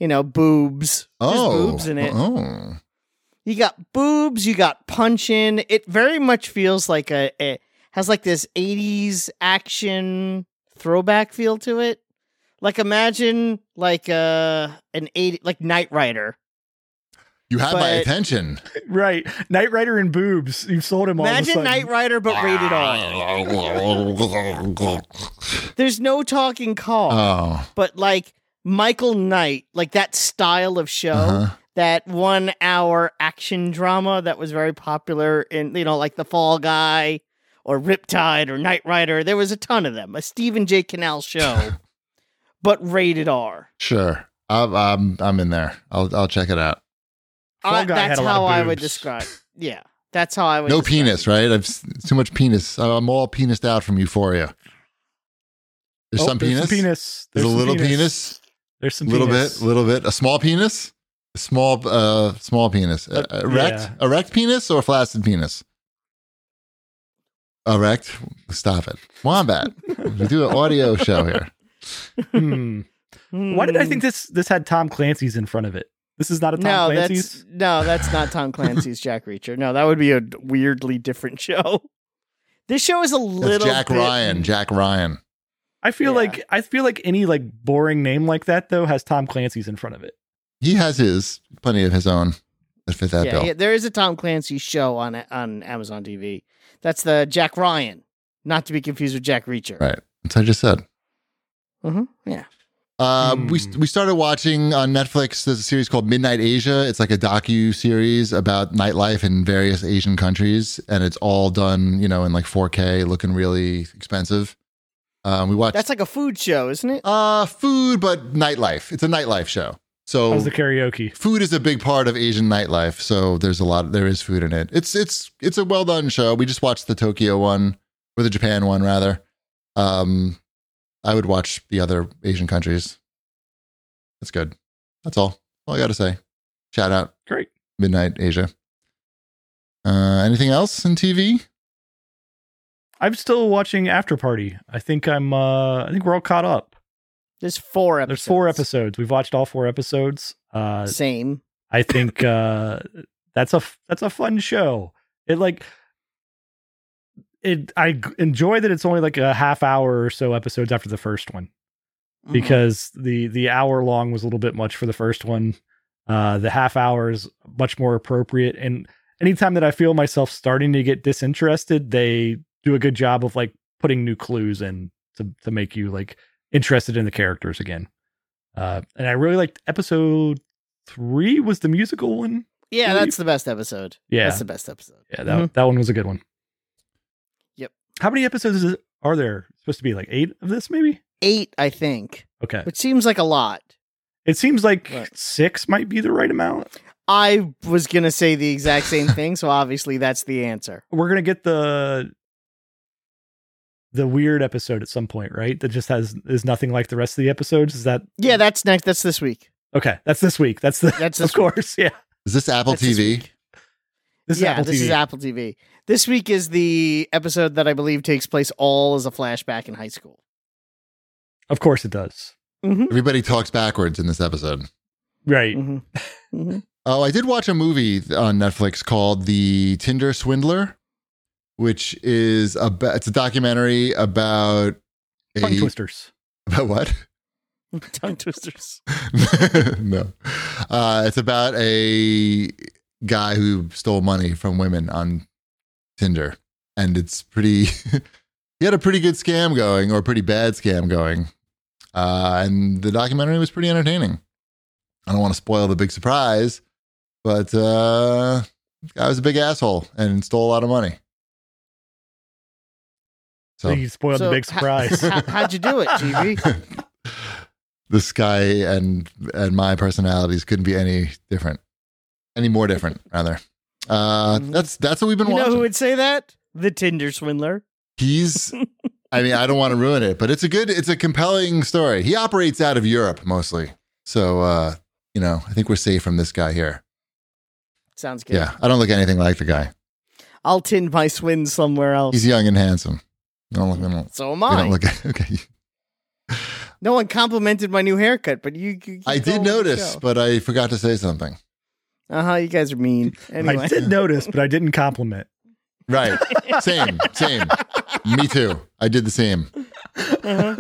A: you know boobs. There's
B: oh,
A: boobs in it.
B: Oh,
A: You got boobs. You got punching. It very much feels like a it has like this '80s action throwback feel to it. Like imagine like uh an eighty like Knight Rider.
B: you have my
A: But-
B: attention.
C: Right. Knight Rider and boobs. You've sold him all of
A: Imagine
C: a sudden.
A: Knight Rider but rated R. There's no talking call,
C: Uh.
B: oh,
A: but like Michael Knight, like that style of show,
B: uh-huh.
A: that one hour action drama that was very popular in you know like The Fall Guy or Riptide or Knight Rider. There was a ton of them. A Stephen J. Canal show, but rated R.
B: sure. I'm, I'm I'm in there. I'll I'll check it out.
C: Fall
A: I-
C: Guy
A: that's
C: had a lot
A: how
C: of
A: I would
C: boobs.
A: describe. Yeah, that's how I would.
B: No
A: describe it.
B: penis, right? I've s- too much penis. I'm all penised out from Euphoria. There's
C: Oh,
B: some penis.
C: penis.
B: There's, a
C: some
B: little penis.
C: There's some
B: little
C: penis.
B: bit, little bit. A small penis. A small, uh, small penis. Uh,
C: Uh,
B: erect, erect penis or flaccid penis. Erect. Stop it, wombat. we do an audio show here.
C: Hmm. Why did I
A: Hmm.
C: think this this had Tom Clancy's in front of it? This is not a Tom
A: no, that's
C: Clancy's.
A: no, that's not Tom Clancy's Jack Reacher. No, that would be a weirdly different show. This show is a
B: That's
A: little
B: Jack
A: bit-
B: Ryan. Jack Ryan.
C: I feel
A: yeah.
C: like I feel like any like boring name like that though has Tom Clancy's in front of it.
B: He has his plenty of his own that fit that
A: Yeah,
B: bill.
A: yeah, there is a Tom Clancy show on on Amazon TV. That's the Jack Ryan, not to be confused with Jack Reacher.
B: Right. That's what I just said.
A: hmm Yeah.
B: Uh, we
C: Hmm.
B: we started watching on Netflix. There's a series called Midnight Asia. It's like a docu series about nightlife in various Asian countries, and it's all done, you know, in like 4K, looking really expensive. Um, we watched
A: That's like a food show, isn't
C: Oh.
A: it?
B: uh, food, but nightlife. It's a nightlife show. So
C: How's the karaoke?
B: food is a big part of Asian nightlife. So there's a lot. There is food in it. It's it's it's a well done show. We just watched the Tokyo one or the Japan one rather. Um, I would watch the other Asian countries. That's good. That's all. All I got to say. Shout out
C: Great.
B: Midnight Asia. Uh, anything else in TV?
C: I'm still watching After Party. I think I'm uh I think we're all caught up.
A: There's four episodes.
C: There's four episodes. We've watched all four episodes. Uh
A: Same.
C: I think uh, that's a f- that's a fun show. It like it. I g- enjoy that it's only like a half hour or so episodes after the first one
A: Mhm.
C: because the the hour long was a little bit much for the first one. Uh, the half hour is much more appropriate. And anytime that I feel myself starting to get disinterested, they do a good job of like putting new clues in to to make you like interested in the characters again. Uh, and I really liked episode three was the musical one.
A: yeah, that's the best episode.
C: Yeah.
A: that's the best episode. Mm-hmm.
C: Yeah, that that one was a good one.
A: Yep.
C: How many episodes is, are there supposed to be? Like eight of this, maybe?
A: Eight, I think,
C: Okay.
A: which seems like a lot.
C: It seems like
A: Right.
C: six might be the right amount.
A: I was gonna say the exact same thing, so obviously that's the answer.
C: We're gonna get the the weird episode at some point, right? That just has is nothing like the rest of the episodes. Is that
A: Yeah, that's next. That's this week.
C: okay? That's this week. That's the
A: That's
C: Mm.
A: this
C: of
A: week.
C: course. Yeah,
B: Is this Apple
A: That's this
B: TV?
A: week.
C: this
A: yeah,
C: is Apple
A: this
C: TV.
A: is Apple TV. This week is the episode that I believe takes place all as a flashback in high school.
C: of course, it does.
A: Mm-hmm.
B: Everybody talks backwards in this episode.
C: Right.
A: Mm-hmm. hmm
B: Oh, I did watch a movie on Netflix called The Tinder Swindler, which is about it's a documentary about
C: Tongue
B: a
C: twisters.
B: about what?
A: Tongue twisters.
B: no. Uh, it's about a guy who stole money from women on Tinder. And it's pretty, he had a pretty good scam going or a pretty bad scam going. Uh, and the documentary was pretty entertaining. I don't want to spoil the big surprise, but uh, I was a big asshole and stole a lot of money.
C: So, you spoiled
A: So,
C: the big
A: ha-
C: surprise.
A: How, how'd you do it, GB?
B: this guy and and my personalities couldn't be any different, any more different rather. Uh,
A: Mhm.
B: that's that's what we've been
A: You know
B: watching.
A: who would say that? The Tinder swindler.
B: He's, I mean, I don't want to ruin it, but it's a good, it's a compelling story. He operates out of Europe mostly, so uh, you know, I think we're safe from this guy here.
A: Sounds good.
B: Yeah, I don't look anything like the guy.
A: I'll tin my swin somewhere else.
B: He's young and handsome. I don't look. I don't,
A: so am
B: I
A: I.
B: don't look. Okay,
A: no one complimented my new haircut, but you. you, you
B: I did notice, but I forgot to say something.
A: Uh huh. You guys are mean. Anyway,
C: I did notice, but I didn't compliment.
B: Right, same, same. Me too. I did the same.
A: Uh-huh.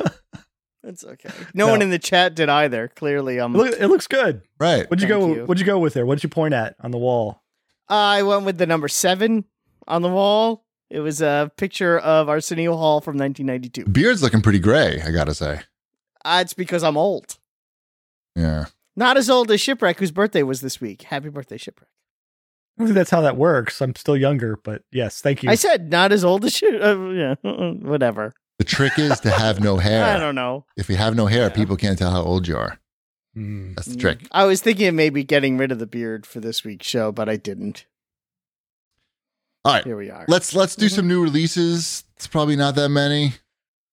A: That's okay. No,
C: No.
A: one in the chat did either. Clearly, um, I'm.
C: It, look, it looks good.
B: Right.
C: What'd you
A: Thank
C: go?
A: you.
C: What'd you go with there? What'd you point at on the wall?
A: I went with the number seven on the wall. It was a picture of Arsenio Hall from 1992.
B: Beard's looking pretty gray, I gotta say.
A: Uh, it's because I'm old.
B: Yeah.
A: Not as old as Shipwreck, whose birthday was this week. Happy birthday, Shipwreck.
C: I don't think that's how that works. I'm still younger, but yes, thank you.
A: I said not as old as Ship. Uh, yeah, uh-uh, whatever.
B: The trick is to have no
A: I
B: hair.
A: don't know.
B: If you have no hair,
A: Yeah.
B: people can't tell how old you are.
C: Mm.
B: That's the trick.
A: I was thinking of maybe getting rid of the beard for this week's show, but I didn't.
B: All right.
A: Here we are.
B: Let's let's
A: Mm-hmm.
B: do some new releases. It's probably not that many.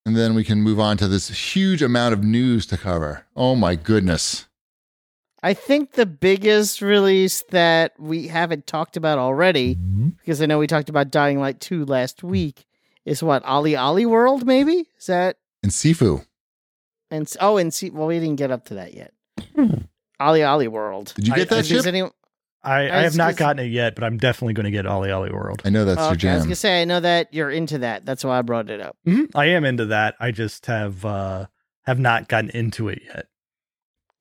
B: And then we can move on to this huge amount of news to cover. Oh my goodness.
A: I think the biggest release that we haven't talked about already,
B: Mm-hmm.
A: because I know we talked about Dying Light 2 last week, is what, Ali Ali World, maybe? Is that
B: And Sifu.
A: and s- oh and see well we didn't get up to that yet. Ali Ali World.
B: Hmm. Did you
C: I-
B: get
C: I
B: that
A: Is
B: ship?
A: any-
C: I, I
A: I
C: have
A: was
C: not
A: just-
C: gotten it yet, but I'm definitely going to get Ollie Ollie World.
B: I know that's your
A: okay, I was
B: jam.
A: gonna say I know that you're into that. That's why I brought it up.
C: Mhm. I am into that. I just have uh have not gotten into it yet.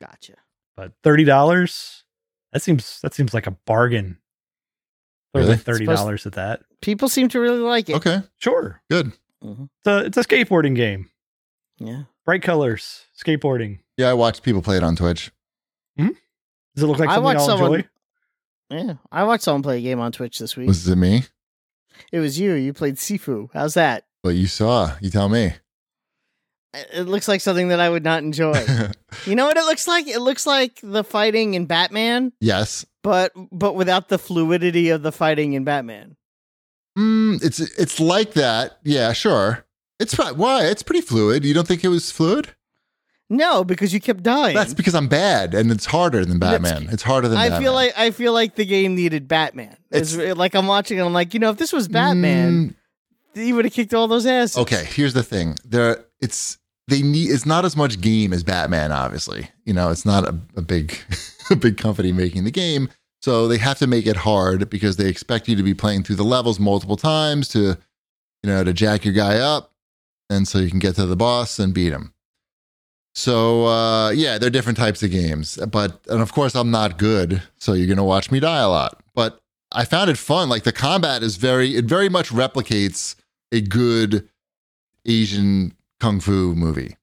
A: Gotcha.
C: But thirty dollars that seems that seems like a bargain. Throw
B: Really?
C: like thirty dollars at that.
A: People seem to really like it.
B: Okay.
C: Sure,
B: Good.
A: Mhm.
C: it's a it's a skateboarding game.
A: Yeah.
C: Bright colors, skateboarding.
B: Yeah, I watched people play it on Twitch.
C: Does it look like
A: I
C: something
A: watched
C: I'll
A: someone-
C: enjoy?
A: Yeah. I watched someone play a game on Twitch this week.
B: Was it me?
A: it was you. You played Sifu. How's that?
B: Well, you saw. You tell me.
A: It it looks like something that I would not enjoy. You know what it looks like? It looks like the fighting in Batman,
B: yes.
A: but but without the fluidity of the fighting in Batman.
B: Mm, it's it's like that. Yeah, sure. It's fi- why it's pretty fluid. You don't think it was fluid?
A: No, because you kept dying.
B: That's because I'm bad, and it's harder than
A: That's-
B: Batman. it's harder than
A: I
B: Batman.
A: feel like I feel like the game needed Batman. It's, like I'm watching and I'm like, you know, if this was Batman,
B: Mm, Oh.
A: he would have kicked all those asses.
B: okay, here's the thing. There, it's they need. It's not as much game as Batman. Obviously, you know, it's not a, a big a big company making the game, so they have to make it hard because they expect you to be playing through the levels multiple times to, you know, to jack your guy up, and so you can get to the boss and beat him. So uh, yeah, they're different types of games, but and of course I'm not good, so you're gonna watch me die a lot. But I found it fun. Like the combat is very, it very much replicates a good Asian kung fu movie,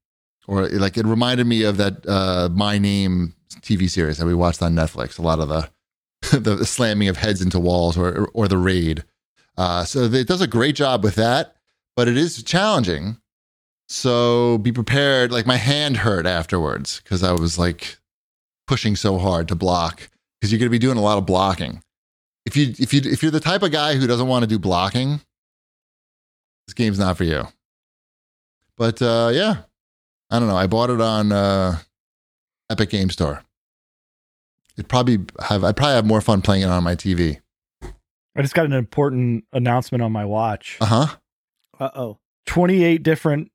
B: or like it reminded me of that uh, My Name TV series that we watched on Netflix. A lot of the the slamming of heads into walls, or or the raid. Uh, so it does a great job with that, but it is challenging. So be prepared. Like my hand hurt afterwards because I was like pushing so hard to block because you're going to be doing a lot of blocking. If you if you if you're the type of guy who doesn't want to do blocking, this game's not for you. But uh, yeah, I don't know. I bought it on uh, Epic Game Store. It probably have I probably have more fun playing it on my TV.
C: I just got an important announcement on my watch.
B: Uh huh.
A: Uh oh.
C: 28 different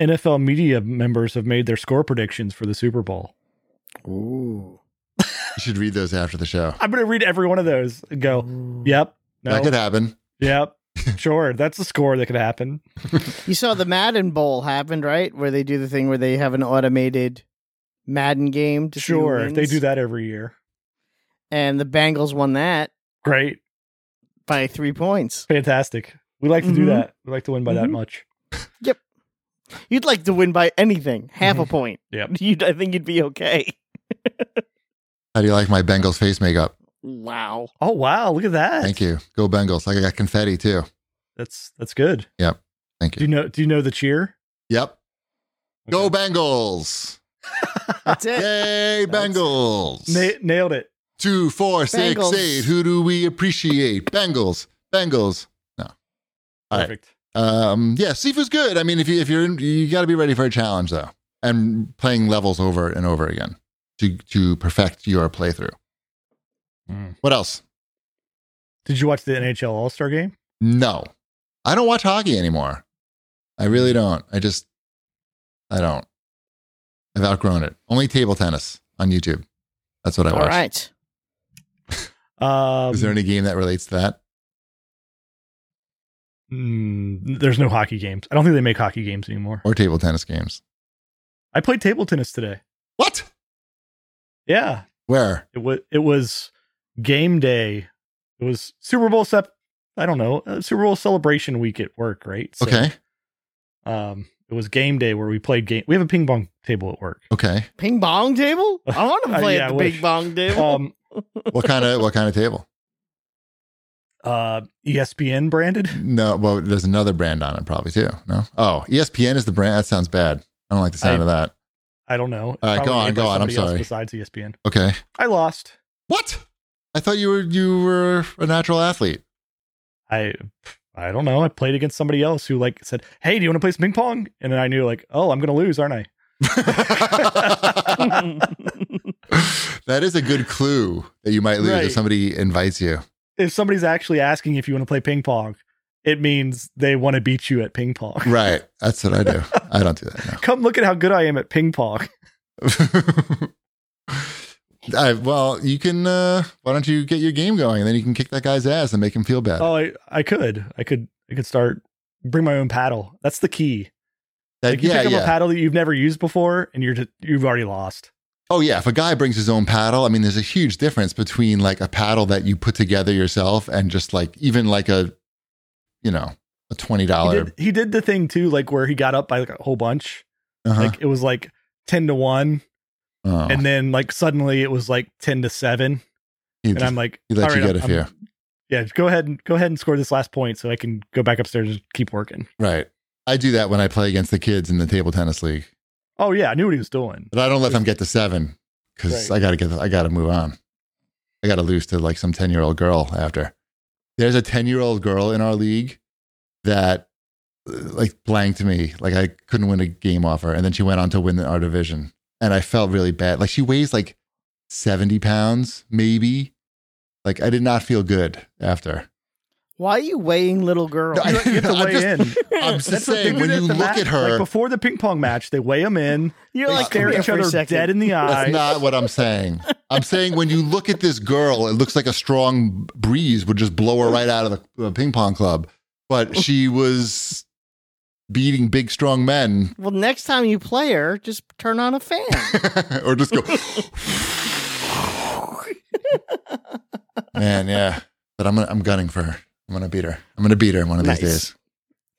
C: NFL media members have made their score predictions for the Super Bowl.
A: Ooh.
B: You should read those after the show.
C: I'm going to read every one of those and go, yep, no,
B: That could happen.
C: yep, sure. That's a score that could happen.
A: You saw the Madden Bowl happened, right? Where they do the thing where they have an automated Madden game. To see who
C: Sure. They
A: wins.
C: do that every year.
A: And the Bengals won that
C: Great.
A: by three points.
C: Fantastic. We like to do
A: Mhm.
C: that. We like to win by that
A: Mhm.
C: much.
A: You'd like to win by anything, half a point.
C: Yep.
A: You'd, I think you'd be okay.
B: How do you like my Bengals face makeup?
A: Wow.
C: Oh, wow. Look at that.
B: Thank you. Go Bengals. Like I got confetti too.
C: That's that's good.
B: Thank
C: Do
B: you.
C: you know do you know the cheer?
B: Yep. Go
C: Okay.
B: Bengals.
A: That's it.
B: Yay,
C: That's-
B: Bengals.
C: Na- nailed it.
B: Two, four, six, eight.
A: Bengals.
B: Who do we appreciate? Bengals. Bengals. All right.
C: Perfect.
B: Um, yeah, Sifu's good. I mean, if you if you're in, you got to be ready for a challenge though, and playing levels over and over again to to perfect your playthrough.
C: Mm.
B: What else?
C: Did you watch the NHL All Star game?
B: No, I don't watch hockey anymore. I really don't. I just I don't. I've outgrown it. Only table tennis on YouTube. That's what I
A: All
B: watch.
A: right.
C: Um,
B: Is there any game that relates to that?
C: mm, there's no hockey games. I don't think they make hockey games anymore.
B: Or table tennis games?
C: I played table tennis today.
B: What?
C: Yeah,
B: Where?
C: it was it was game day. It was Super Bowl sep. I don't know uh, Super Bowl celebration week at work, right? So,
B: Okay.
C: Um, it was game day where we played game. We have a ping pong table at work.
B: Okay.
A: Ping pong table? I want to
C: Uh,
A: play
C: yeah,
A: at the
C: I wish.
A: ping pong table.
C: Um,
B: What kind of what kind of table?
C: uh, ESPN branded.
B: No, well, there's another brand on it probably too. No. Oh, ESPN is the brand. That sounds bad. I don't like the sound
C: I-
B: of that.
C: I don't know. It's
B: All right, Uh, go
C: probably
B: on,
C: made by
B: go on. I'm
C: somebody else
B: sorry.
C: Besides E ESPN,
B: Okay.
C: I lost.
B: What? I thought you were you were a natural athlete.
C: I I don't know. I played against somebody else who like said, "Hey, do you want to play some ping pong?" And then I knew like, "Oh, I'm gonna lose, aren't I?"
B: that is a good clue that you might lose if
C: Right.
B: somebody invites you.
C: If somebody's actually asking if you want to play ping pong, it means they want to beat you at ping pong.
B: Right. That's what I do. I don't do that.
C: Come look at how good I am at ping pong.
B: No. I, well, you can. Uh, why don't you get your game going, and then you can kick that guy's ass and make him feel bad.
C: Oh, I I could, I could, I could start bring my own paddle. That's the key.
B: That-
C: Like you
B: yeah,
C: pick up
B: yeah.
C: a paddle that you've never used before, and you're just you've already lost.
B: Oh yeah, if a guy brings his own paddle, I mean, there's a huge difference between like a paddle that you put together yourself and just like even like a, you know, a twenty
C: He
B: dollar.
C: did, he did the thing too, like where he got up by like a whole bunch.
B: Uh-huh.
C: Like it was like ten to one,
B: oh,
C: and then like suddenly it was like 10 to 7
B: he,
C: and i'm like
B: he let
C: "All
B: you
C: right,
B: get a
C: I'm-
B: few,
C: I'm- yeah go ahead and go ahead and score this last point so i can go back upstairs and keep working
B: right? I do that when I play against the kids in the table tennis league,
C: oh yeah i knew what he was doing
B: but I don't let them get to seven because
C: Right.
B: I gotta get, I gotta move on. I gotta lose to like some ten year old girl after. There's a ten year old girl in our league that uh, like blanked me, like I couldn't win a game off her, and then she went on to win our division. and I felt really bad. Like she weighs like 70 pounds, maybe. Like I did not feel good after.
A: Why are you weighing little girl?
B: No, I-
C: you have to
B: I'm
C: weigh
B: just-
C: in
B: I'm just
C: the
B: saying,
C: thing
B: when
C: with
B: you
C: the
B: look
C: match-
B: at her,
C: like before the ping pong match they weigh them in
A: You're
C: they
A: like
C: stare
A: "Come
C: at each
A: here for a
C: other
A: second."
C: dead in the
B: that's
C: eye
B: not what I'm saying. I'm saying when you look at this girl, it looks like a strong breeze would just blow her right out of the uh, ping pong club. But she was beating big, strong men,
A: Well, next time you play her, just turn on a fan.
B: or just go, man, yeah. But I'm gonna, I'm gunning for her. I'm gonna beat her. I'm gonna beat her one of
A: Nice.
B: these days.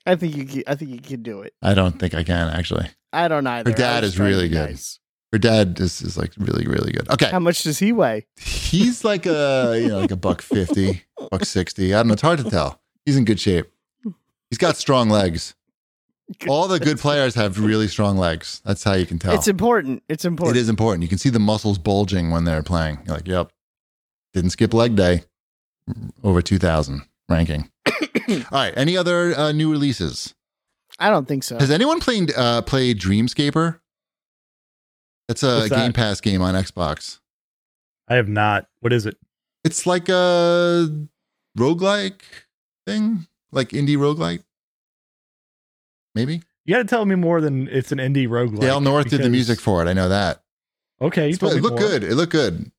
A: I think you. Can, I think you can do it.
B: I don't think I can actually.
A: I don't either.
B: Her dad
A: I was
B: is
A: trying to
B: really
A: be
B: good.
A: nice.
B: Her dad is, is like really, really good. Okay.
A: How much does he weigh?
B: He's like a you know, like a buck fifty, buck sixty. I don't know, it's hard to tell. He's in good shape. He's got strong legs. All the good players have really strong legs. That's how you can tell.
A: It's important. It's important.
B: It is important. You can see the muscles bulging when they're playing. You're like, yep. Didn't skip leg day. Over two thousand ranking. All right. Any other uh, new releases?
A: I don't think so.
B: Has anyone played uh, played Dreamscaper? That's a
C: What's that?
B: Game Pass game on Xbox.
C: I have not. What is it?
B: It's like a roguelike thing, like indie roguelike. Maybe
C: You got to tell me more than it's an indie roguelike.
B: Dale North did the
C: because-
B: music for it. I know that.
C: Okay, you
B: It's-
C: told me
B: it looked
C: more.
B: good. It looked good.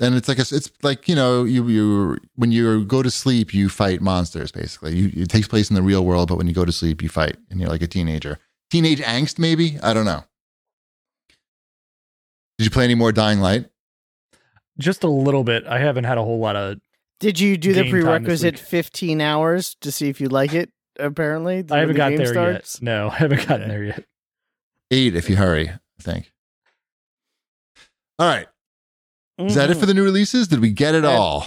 B: And it's like a, it's like you know you you when you go to sleep you fight monsters basically. You, it takes place in the real world, but when you go to sleep you fight, and you're like a teenager. Teenage angst, maybe I don't know. Did you play any more Dying Light?
C: Just a little bit. I haven't had a whole lot of.
A: Did you do the
C: Game time this
A: prerequisite
C: week.
A: 15 hours to see if you like it? Apparently,
C: I
A: when
C: haven't
A: the
C: got
A: game
C: there
A: starts?
C: yet. No, I haven't gotten
A: Okay.
C: there yet.
B: Eight, if you hurry. I think. All right, is that it for the new releases? Did we get it
A: Yeah.
B: all?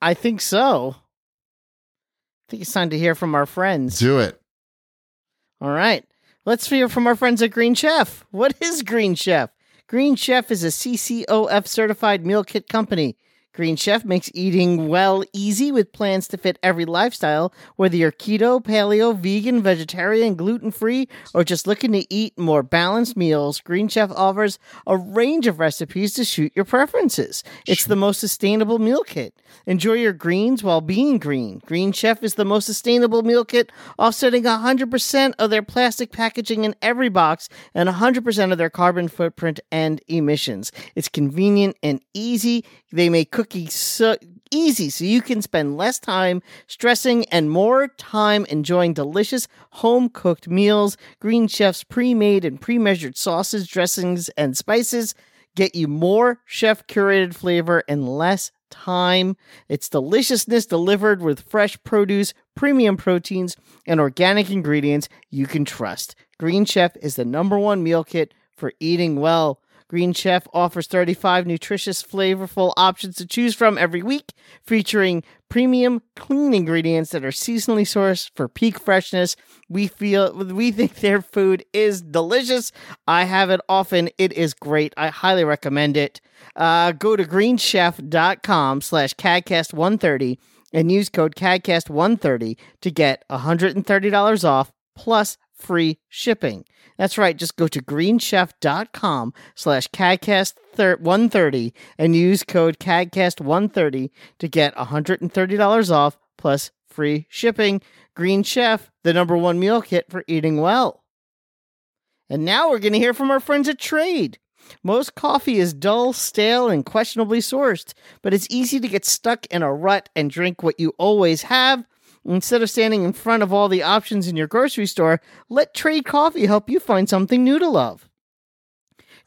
A: I think so. I think it's time to hear from our friends.
B: Do it.
A: All right. Let's hear from our friends at Green Chef. What is Green Chef? Green Chef is a CCOF certified meal kit company. Green Chef makes eating well easy with plans to fit every lifestyle, whether you're keto, paleo, vegan, vegetarian, gluten free, or just looking to eat more balanced meals. Green Chef offers a range of recipes to suit your preferences. It's the most sustainable meal kit. Enjoy your greens while being green. Green Chef is the most sustainable meal kit, offsetting 100% of their plastic packaging in every box and 100% of their carbon footprint and emissions. It's convenient and easy. They make cookies so easy so you can spend less time stressing and more time enjoying delicious home cooked meals. Green Chef's pre made and pre measured sauces, dressings, and spices get you more chef curated flavor in less time. It's deliciousness delivered with fresh produce, premium proteins, and organic ingredients you can trust. Green Chef is the number one meal kit for eating well. Green Chef offers 35 nutritious, flavorful options to choose from every week, featuring premium, clean ingredients that are seasonally sourced for peak freshness. We feel we think their food is delicious. I have it often. It is great. I highly recommend it. Uh, go to greenchef.com slash cadcast130 and use code CADCAST130 to get $130 off plus free shipping. That's right. Just go to greenchef.com slash CADCAST130 and use code CADCAST130 to get $130 off plus free shipping. Green Chef, the number one meal kit for eating well. And now we're going to hear from our friends at Trade. Most coffee is dull, stale, and questionably sourced, but it's easy to get stuck in a rut and drink what you always have. Instead of standing in front of all the options in your grocery store, let Trade Coffee help you find something new to love.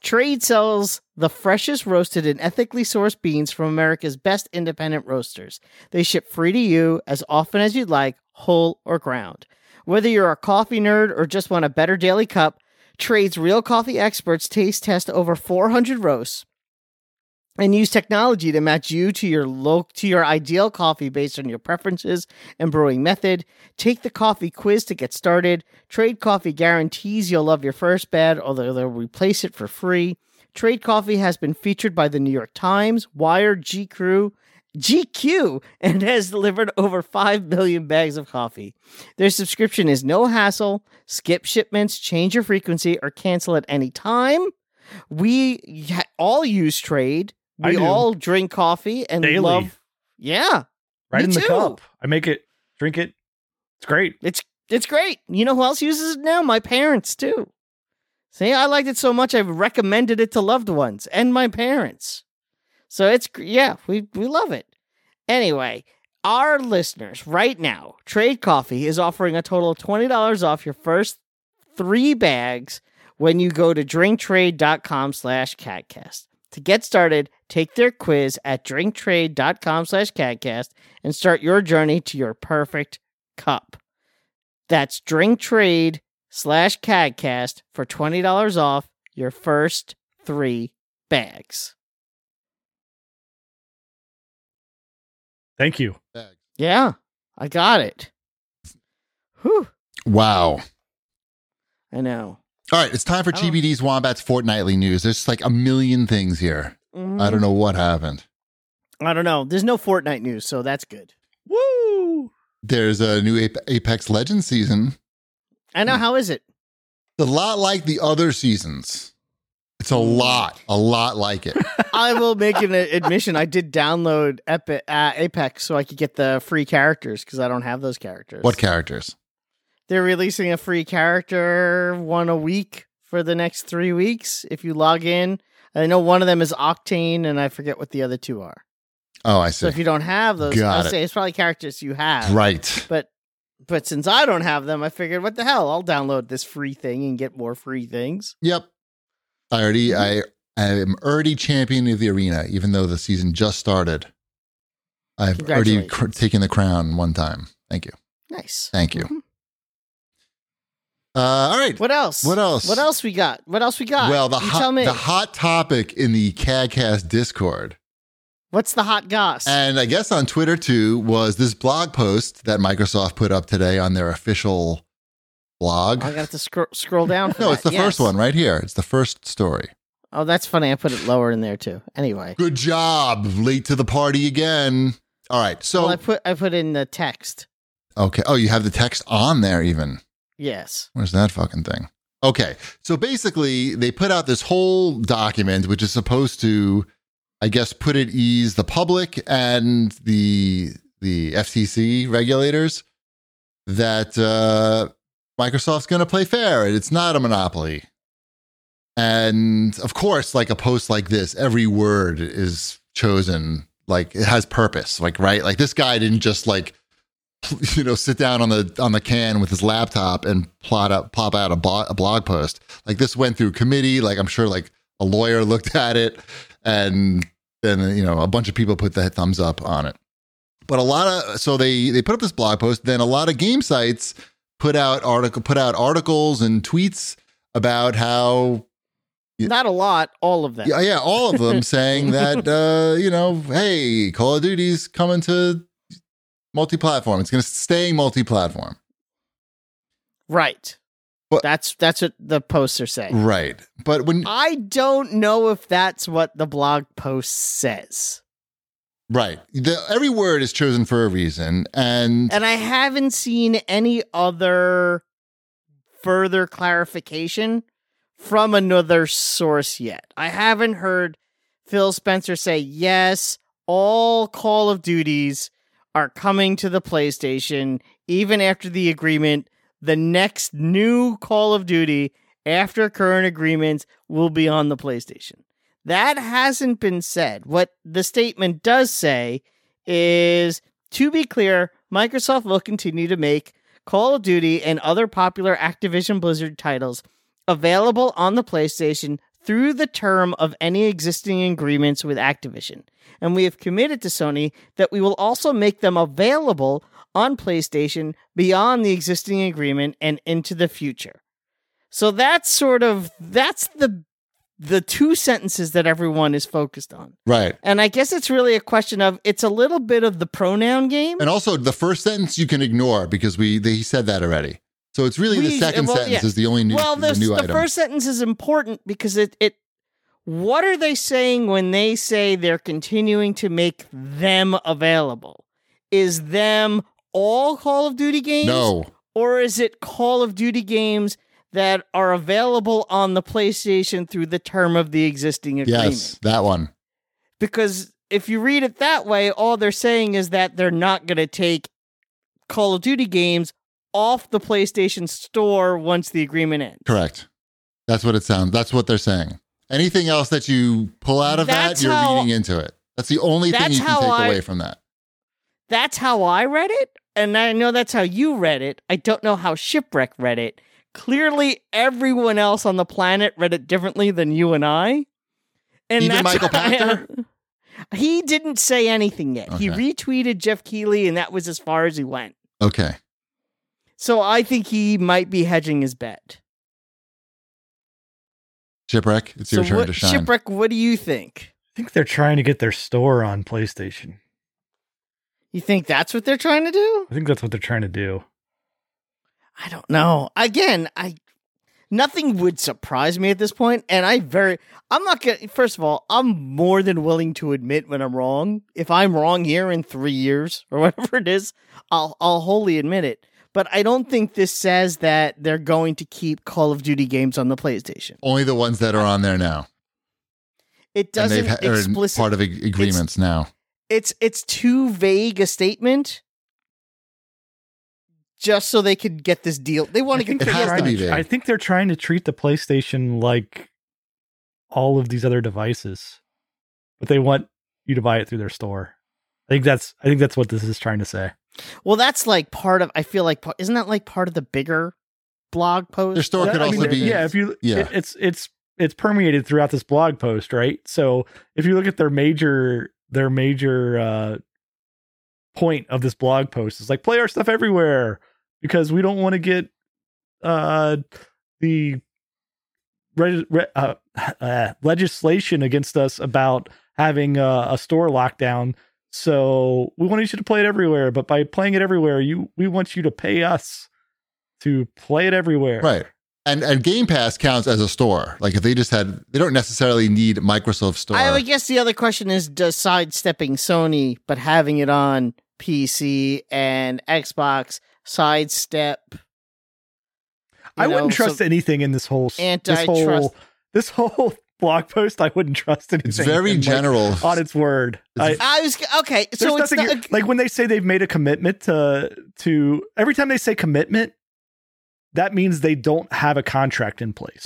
A: Trade sells the freshest roasted and ethically sourced beans from America's best independent roasters. They ship free to you as often as you'd like, whole or ground. Whether you're a coffee nerd or just want a better daily cup, Trade's real coffee experts taste test over 400 roasts and use technology to match you to your lo- to your ideal coffee based on your preferences and brewing method. Take the coffee quiz to get started. Trade Coffee guarantees you'll love your first bed, although they'll replace it for free. Trade Coffee has been featured by the New York Times, Wired, GQ, GQ, and has delivered over 5 million bags of coffee. Their subscription is no hassle. Skip shipments, change your frequency, or cancel at any time. We ha- all use trade.
C: I
A: We
C: do.
A: all drink coffee and
C: Daily,
A: love. Yeah,
C: right
A: me
C: in the
A: too.
C: cup. I make it, drink it. It's great.
A: it's it's great. You know who else uses it now? My parents too. See, I liked it so much I've recommended it to loved ones and my parents. So it's gr- yeah, we we love it. Anyway, our listeners right now, Trade Coffee is offering a total of $20 off your first 3 bags when you go to drinktrade.com slash catcast. To get started, take their quiz at drinktrade.com slash catcast and start your journey to your perfect cup. That's drinktrade slash cadcast for $20 off your first three bags.
C: Thank you.
A: Yeah, I got it. Whew,
B: Wow.
A: I know.
B: All right, it's time for
A: I don't-
B: GBD's Wombat's fortnightly news. There's like a million things here. I don't know what happened.
A: Mm, I don't know. There's no Fortnite news, so that's good.
C: Woo!
B: There's a new Ape- Apex Legends season.
A: I know. How is it?
B: It's a lot like the other seasons. It's a lot, a lot like it.
A: I will make an admission. I did download Epi- uh, Apex so I could get the free characters because I don't have those characters.
B: what characters?
A: They're releasing a free character one a week for the next three weeks if you log in. I know one of them is Octane, and I forget what the other two are.
B: Oh, I
A: So
B: see.
A: if you don't have those,
B: Got
A: I'll
B: it.
A: say it's probably characters you have.
B: Right.
A: But but since I don't have them, I figured, what the hell? I'll download this free thing and get more free things.
B: Yep. I already, I, I am already champion of the arena, even though the season just started. I've already cr-
A: Congratulations.
B: taken the crown one time. Thank you.
A: Nice.
B: Thank you.
A: Mhm.
B: Uh, all right.
A: What else?
B: What else?
A: What else we got? What else we got?
B: Well, the
A: You tell
B: hot,
A: me.
B: the hot topic in the CADcast Discord
A: What's the hot goss?
B: And I guess on Twitter too was this blog post that Microsoft put up today on their official blog.
A: Oh, I got to scro- scroll down. for
B: No, it's
A: that.
B: the first
A: Yes.
B: one right here. It's the first story.
A: Oh, that's funny. I put it lower in there too. Anyway,
B: Good job. Late to the party again. All right. So,
A: well, I put I put in the text.
B: okay. Oh, you have the text on there even.
A: Yes.
B: Where's that fucking thing? Okay. So basically, they put out this whole document, which is supposed to, I guess, put at ease the public and the the FTC regulators that uh, Microsoft's going to play fair and it's not a monopoly. And of course, like a post like this, every word is chosen like it has purpose. Like right, like this guy didn't just like you know sit down on the on the can with his laptop and plot up pop out a, bo- a blog post like this went through committee like i'm sure like a lawyer looked at it and then you know a bunch of people put the thumbs up on it but a lot of so they they put up this blog post then a lot of game sites put out article put out articles and tweets about how Yeah.
A: Not a lot. All of them.
B: yeah, yeah, all of them saying that uh, you know, hey, Call of Duty's coming to multi-platform. It's going to stay multi-platform.
A: Right.
B: But-
A: that's that's what the posts are saying.
B: Right. But when
A: I don't know if that's what the blog post says.
B: right, the, every word is chosen for a reason and
A: And I haven't seen any other further clarification from another source yet. I haven't heard Phil Spencer say, yes, all Call of Duties are coming to the PlayStation, even after the agreement. The next new Call of Duty after current agreements will be on the PlayStation. That hasn't been said. What the statement does say is to be clear, Microsoft will continue to make Call of Duty and other popular Activision Blizzard titles available on the PlayStation through the term of any existing agreements with Activision. And we have committed to Sony that we will also make them available on PlayStation beyond the existing agreement and into the future. So that's sort of that's the the two sentences that everyone is focused on.
B: right.
A: And I guess it's really a question of it's a little bit of the pronoun game.
B: And also the first sentence you can ignore because we they, he said that already. So it's really the
A: We-
B: second
A: well,
B: sentence
A: yeah.
B: is the only new,
A: well,
B: the
A: this,
B: new
A: the
B: item.
A: first sentence is important because it it what are they saying when they say they're continuing to make them available? Is them all Call of Duty games?
B: no.
A: Or is it Call of Duty games that are available on the PlayStation through the term of the existing agreement?
B: Yes, that one.
A: because if you read it that way, all they're saying is that they're not going to take Call of Duty games off the PlayStation Store once the agreement ends.
B: Correct. That's what it sounds. That's what they're saying. Anything else that you pull out of
A: That's
B: that, you're
A: how-
B: reading into it. That's the only thing
A: That's
B: you can
A: how
B: take
A: I-
B: away from that.
A: That's how I read it, and I know that's how you read it. I don't know how Shipwreck read it. Clearly, everyone else on the planet read it differently than you and I. And that's
B: Even Michael
A: why I-
B: Pachter?
A: he didn't say anything yet. He
B: Okay.
A: retweeted Jeff Keighley, and that was as far as he went.
B: Okay.
A: So I think he might be hedging his bet.
B: Shipwreck, it's your
A: so
B: turn
A: what,
B: to shine.
A: Shipwreck, what do you think?
C: think they're trying to get their store on PlayStation.
A: You think that's what they're trying to do?
C: I think that's what they're trying to do.
A: I don't know. Again, I nothing would surprise me at this point, and I very I'm not gonna first of all, I'm more than willing to admit when I'm wrong. If I'm wrong here in three years or whatever it is, I'll I'll wholly admit it. but I don't think this says that they're going to keep Call of Duty games on the PlayStation.
B: Only the ones that are on there now.
A: It
B: And
A: doesn't
B: ha- are in
A: explicitly
B: part of ag- agreements now.
A: it's it's too vague a statement just so they could get this deal they want
C: I
A: to
C: think
A: get
B: It
C: they're
B: has
A: yeah,
B: to
C: trying
B: be
C: tr-
B: there.
C: I think they're trying to treat the PlayStation like all of these other devices, but they want you to buy it through their store. I think that's I think that's what this is trying to say.
A: well that's like part of i feel like par- isn't that like part of the bigger blog post
B: Their store
A: Well,
B: could
A: I
B: also
A: mean,
B: be-
C: yeah. If you
B: yeah.
C: it- it's it's it's permeated throughout this blog post, right? So if you look at their major their major uh, point of this blog post is like play our stuff everywhere because we don't want to get uh, the re- re- uh, uh, legislation against us about having uh, a store lockdown. So we want you to play it everywhere, but by playing it everywhere, you we want you to pay us to play it everywhere.
B: Right. And and Game Pass counts as a store. Like if they just had they don't necessarily need Microsoft Store.
A: i would guess the other question is does sidestepping sony but having it on pc and xbox sidestep you
C: I wouldn't
A: know,
C: trust
A: so
C: anything in this whole this
A: Antitrust.
C: whole this whole blog post. I wouldn't trust anything.
B: it's very
C: in, like,
B: general.
C: on its word. I,
B: It's-
A: i was okay
C: there's
A: so it's
C: nothing
A: not,
C: here- like when they say they've made a commitment to to every time they say commitment, that means they don't have a contract in place.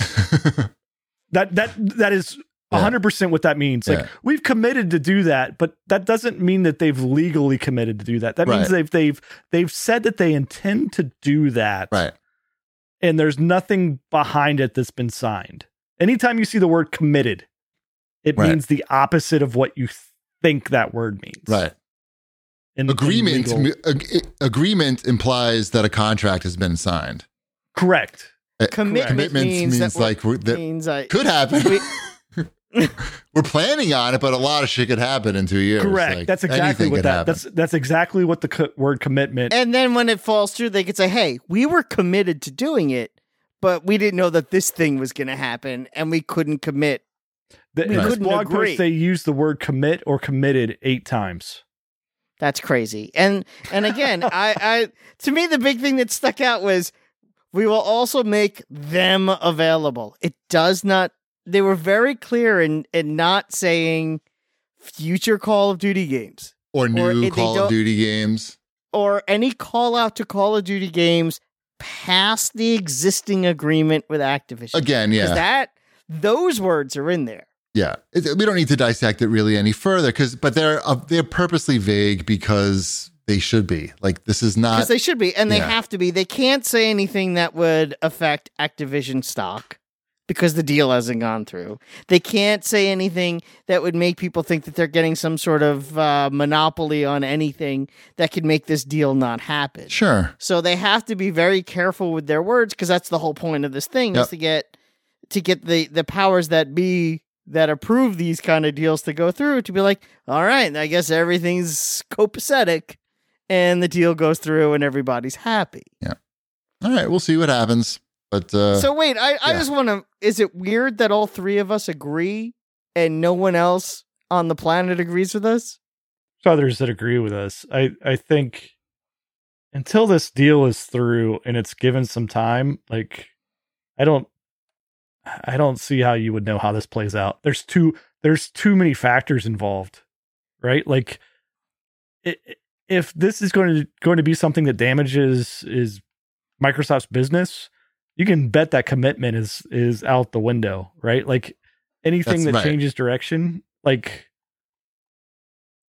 C: that that that is.
B: Yeah.
C: 100% what that means. Like
B: Yeah.
C: we've committed to do that, but that doesn't mean that they've legally committed to do that. That means
B: Right.
C: they've they've they've said that they intend to do that
B: right.
C: and there's nothing behind it that's been signed. Anytime you see the word committed, it
B: Right.
C: means the opposite of what you think that word means.
B: Right.
C: In- in
B: Agreement
C: legal-
B: ag- agreement implies that a contract has been signed.
C: correct.
A: commitment
B: Commitments means,
A: means, that we're-
B: like we're, that
A: means I,
B: could happen.
A: we-
B: we're planning on it, but a lot of shit could happen in two years.
C: Correct.
B: Like,
C: that's exactly
B: anything
C: what
B: could
C: that.
B: happen.
C: That's that's exactly what the co- word commitment.
A: And then when it falls through, they could say, "Hey, we were committed to doing it, but we didn't know that this thing was going to happen, and we couldn't commit."
C: the,
A: we
C: in this
A: couldn't
C: blog
A: agree.
C: post, they use the word commit or committed eight times.
A: That's crazy. And and again, I, I to me the big thing that stuck out was we will also make them available. It does not. They were very clear in in not saying future Call of Duty games
B: or new
A: they
B: Call of
A: don't-
B: Duty games.
A: or any call out to Call of Duty games past the existing agreement with Activision.
B: Again,
A: 'Cause
B: yeah,
A: that those words are in there.
B: yeah. It, we don't need to dissect it really any further because, but they're uh, they're purposely vague because they should be. Like this is not
A: Because they should be, and they
B: Uh, yeah.
A: have to be. They can't say anything that would affect Activision stock because the deal hasn't gone through. They can't say anything that would make people think that they're getting some sort of uh, monopoly on anything that could make this deal not happen.
B: sure.
A: So they have to be very careful with their words because that's the whole point of this thing
B: Yep.
A: is to get to get the the powers that be that approve these kind of deals to go through to be like, all right, I guess everything's copacetic, and the deal goes through and everybody's happy.
B: All right, we'll see what happens. But uh,
A: so wait, I, I
B: yeah.
A: just want to. Is it weird that all three of us agree and no one else on the planet agrees with us?
C: There's others that agree with us. I I think until this deal is through and it's given some time, like I don't I don't see how you would know how this plays out. There's too there's too many factors involved, right? Like i i- if this is going to going to be something that damages is Microsoft's business, you can bet that commitment is is out the window, right? Like
B: That's
C: anything that
B: right.
C: changes direction, like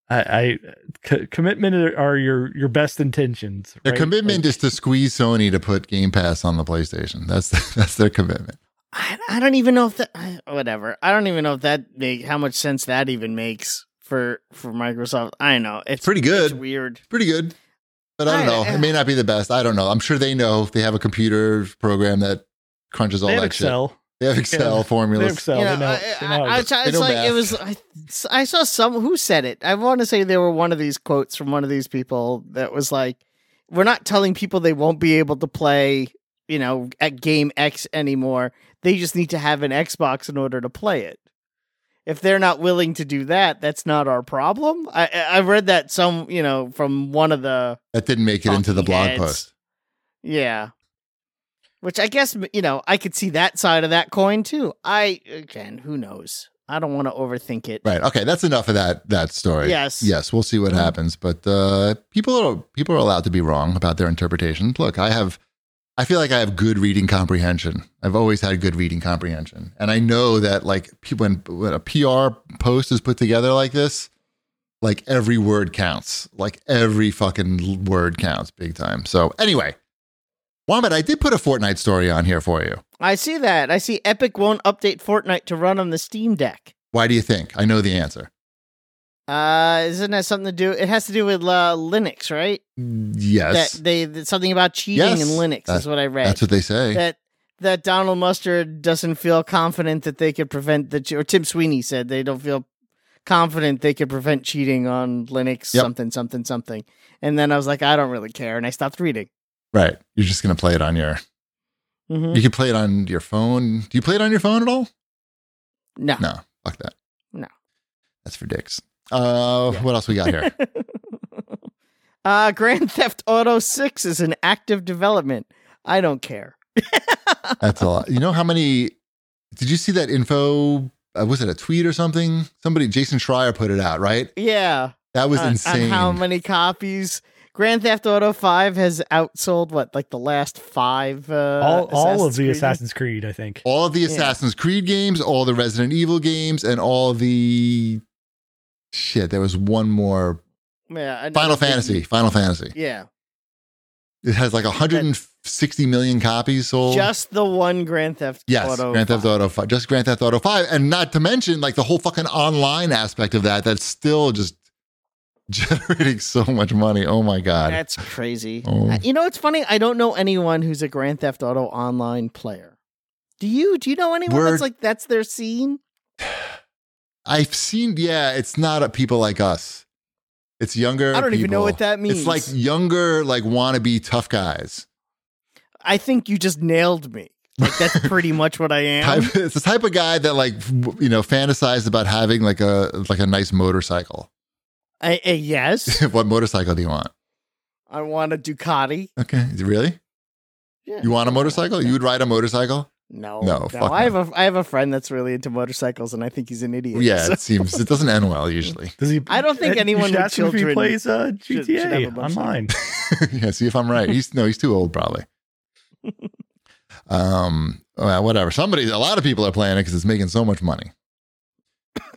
C: I, I c- commitment are your your best intentions.
B: their
C: right?
B: commitment
C: Like,
B: is to squeeze Sony to put Game Pass on the PlayStation. That's that's their commitment.
A: I, I don't even know if that I- whatever. I don't even know if that make how much sense that even makes for for Microsoft. I know it's
B: Pretty good.
A: It's weird.
B: Pretty good. But I don't
A: All right,
B: know. It may not be the best. I don't know. I'm sure they know they have a computer program that crunches all
C: they have
B: that shit.
C: Excel.
B: They have Excel
C: Yeah.
B: formulas.
C: They have Excel.
A: you
C: They
A: know,
C: know-
A: I,
C: they
A: I,
C: know
A: I,
C: how
A: was- I
B: They
A: was
B: know
A: like,
B: math.
A: it was. uh, I, I saw some who said it. I want to say they were one of these quotes from one of these people that was like, "We're not telling people they won't be able to play, you know, at game X anymore. They just need to have an Xbox in order to play it." If they're not willing to do that, that's not our problem. I I I read that some, you know, from one of the
B: That didn't make it into the
A: talking
B: blog
A: heads.
B: post.
A: Yeah. Which I guess you know I could see that side of that coin too. I again, who knows? I don't want to overthink it.
B: Right. Okay. That's enough of that that story.
A: Yes. Mm-hmm.
B: Yes. We'll see what happens. But uh, people are people are allowed to be wrong about their interpretations. Look, I have, I feel like I have good reading comprehension. I've always had good reading comprehension, and I know that like pe- when when a PR post is put together like this, like every word counts. Like every fucking l- word counts big time. So anyway, Wombat, I did put a Fortnite story on here for you.
A: I see that. I see Epic won't update Fortnite to run on the Steam Deck.
B: Why do you think? I know the answer.
A: Uh, isn't that something to do? It has to do with uh, Linux, right?
B: Yes.
A: Mm. That they that something about cheating
B: Yes.
A: in Linux
B: That-
A: is what I read.
B: That's what they say.
A: that that Donald Mustard doesn't feel confident that they could prevent the che- or Tim Sweeney said they don't feel confident they could prevent cheating on Linux
B: Yep.
A: something something something. And then I was like, I don't really care, and I stopped reading.
B: Right. You're just gonna play it on your.
A: hmm
B: You can play it on your phone. Do you play it on your phone at all?
A: No.
B: No. Fuck that.
A: No.
B: That's for dicks. Uh,
A: Yeah.
B: what else we got here?
A: uh, Grand Theft Auto Six is in active development. I don't care.
B: That's a lot. You know how many? Did you see that info? Uh, was it a tweet or something? Somebody, Jason Schreier, put it out. Right.
A: Yeah, Uh,
B: That was
A: on- on
B: insane.
A: how many copies? Grand Theft Auto Five has outsold what like the last five. Uh,
C: all all of the
A: Creed?
C: Assassin's Creed, I think.
B: all of the
A: Yeah.
B: Assassin's Creed games, all the Resident Evil games, and all the shit. There was one more
A: Yeah, another
B: Final
A: big-
B: Fantasy. Final Fantasy.
A: Yeah.
B: It has like 160 million copies sold.
A: Just the one Grand Theft
B: Yes,
A: Auto.
B: Grand Theft
A: file.
B: Auto 5. Just Grand Theft Auto 5. And not to mention, like, the whole fucking online aspect of that, that's still just generating so much money. Oh my God.
A: That's crazy.
B: Oh.
A: Uh, You know, it's funny. I don't know anyone who's a Grand Theft Auto online player. Do you? Do you know anyone
B: We're-
A: that's like that's their scene?
B: I've seen, yeah, it's not a people like us. It's younger.
A: I don't even know
B: people.
A: what that means.
B: It's like younger, like, wannabe tough guys.
A: I think you just nailed me. Like that's pretty much what I am.
B: Type, it's the type of guy that, like, f- you know, fantasized about having, like, a like a nice motorcycle.
A: I, I, yes,
B: what motorcycle do you want?
A: I want a Ducati.
B: Okay. Really?
A: Yeah.
B: You want a motorcycle? You would ride a motorcycle?
A: No,
B: No, fuck
A: I have
B: no.
A: a I have a friend that's really into motorcycles, and I think he's an idiot.
B: Yeah,
A: So-
B: it seems it doesn't end well usually.
C: Does he?
A: I don't think
C: Ed, you
A: anyone
C: should
A: with
C: ask him if he
A: children
C: plays uh,
A: should- should have a
C: GTA
A: motorcycle.
C: online.
B: yeah, see if I'm right. He's no, he's too old probably. um, well, whatever. Somebody, a lot of people are playing it because it's making so much money.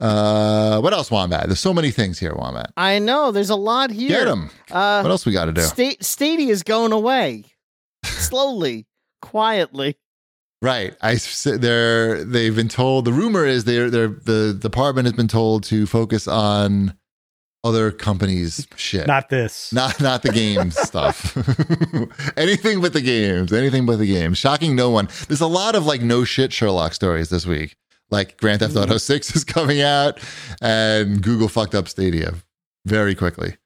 B: Uh, what else, Wombat? There's so many things here, Wombat.
A: I know. There's a lot here.
B: Get him.
A: Uh,
B: What else we got to do?
A: State Stadia is going away slowly, quietly.
B: Right. I s- they're they've been told. The rumor is they're they're the department has been told to focus on other companies' shit.
C: Not this.
B: Not not the game stuff. anything but the games. Anything but the games. Shocking no one. There's a lot of like no shit Sherlock stories this week. Like Grand Theft
A: Mm.
B: Auto 6 is coming out and Google fucked up Stadia very quickly.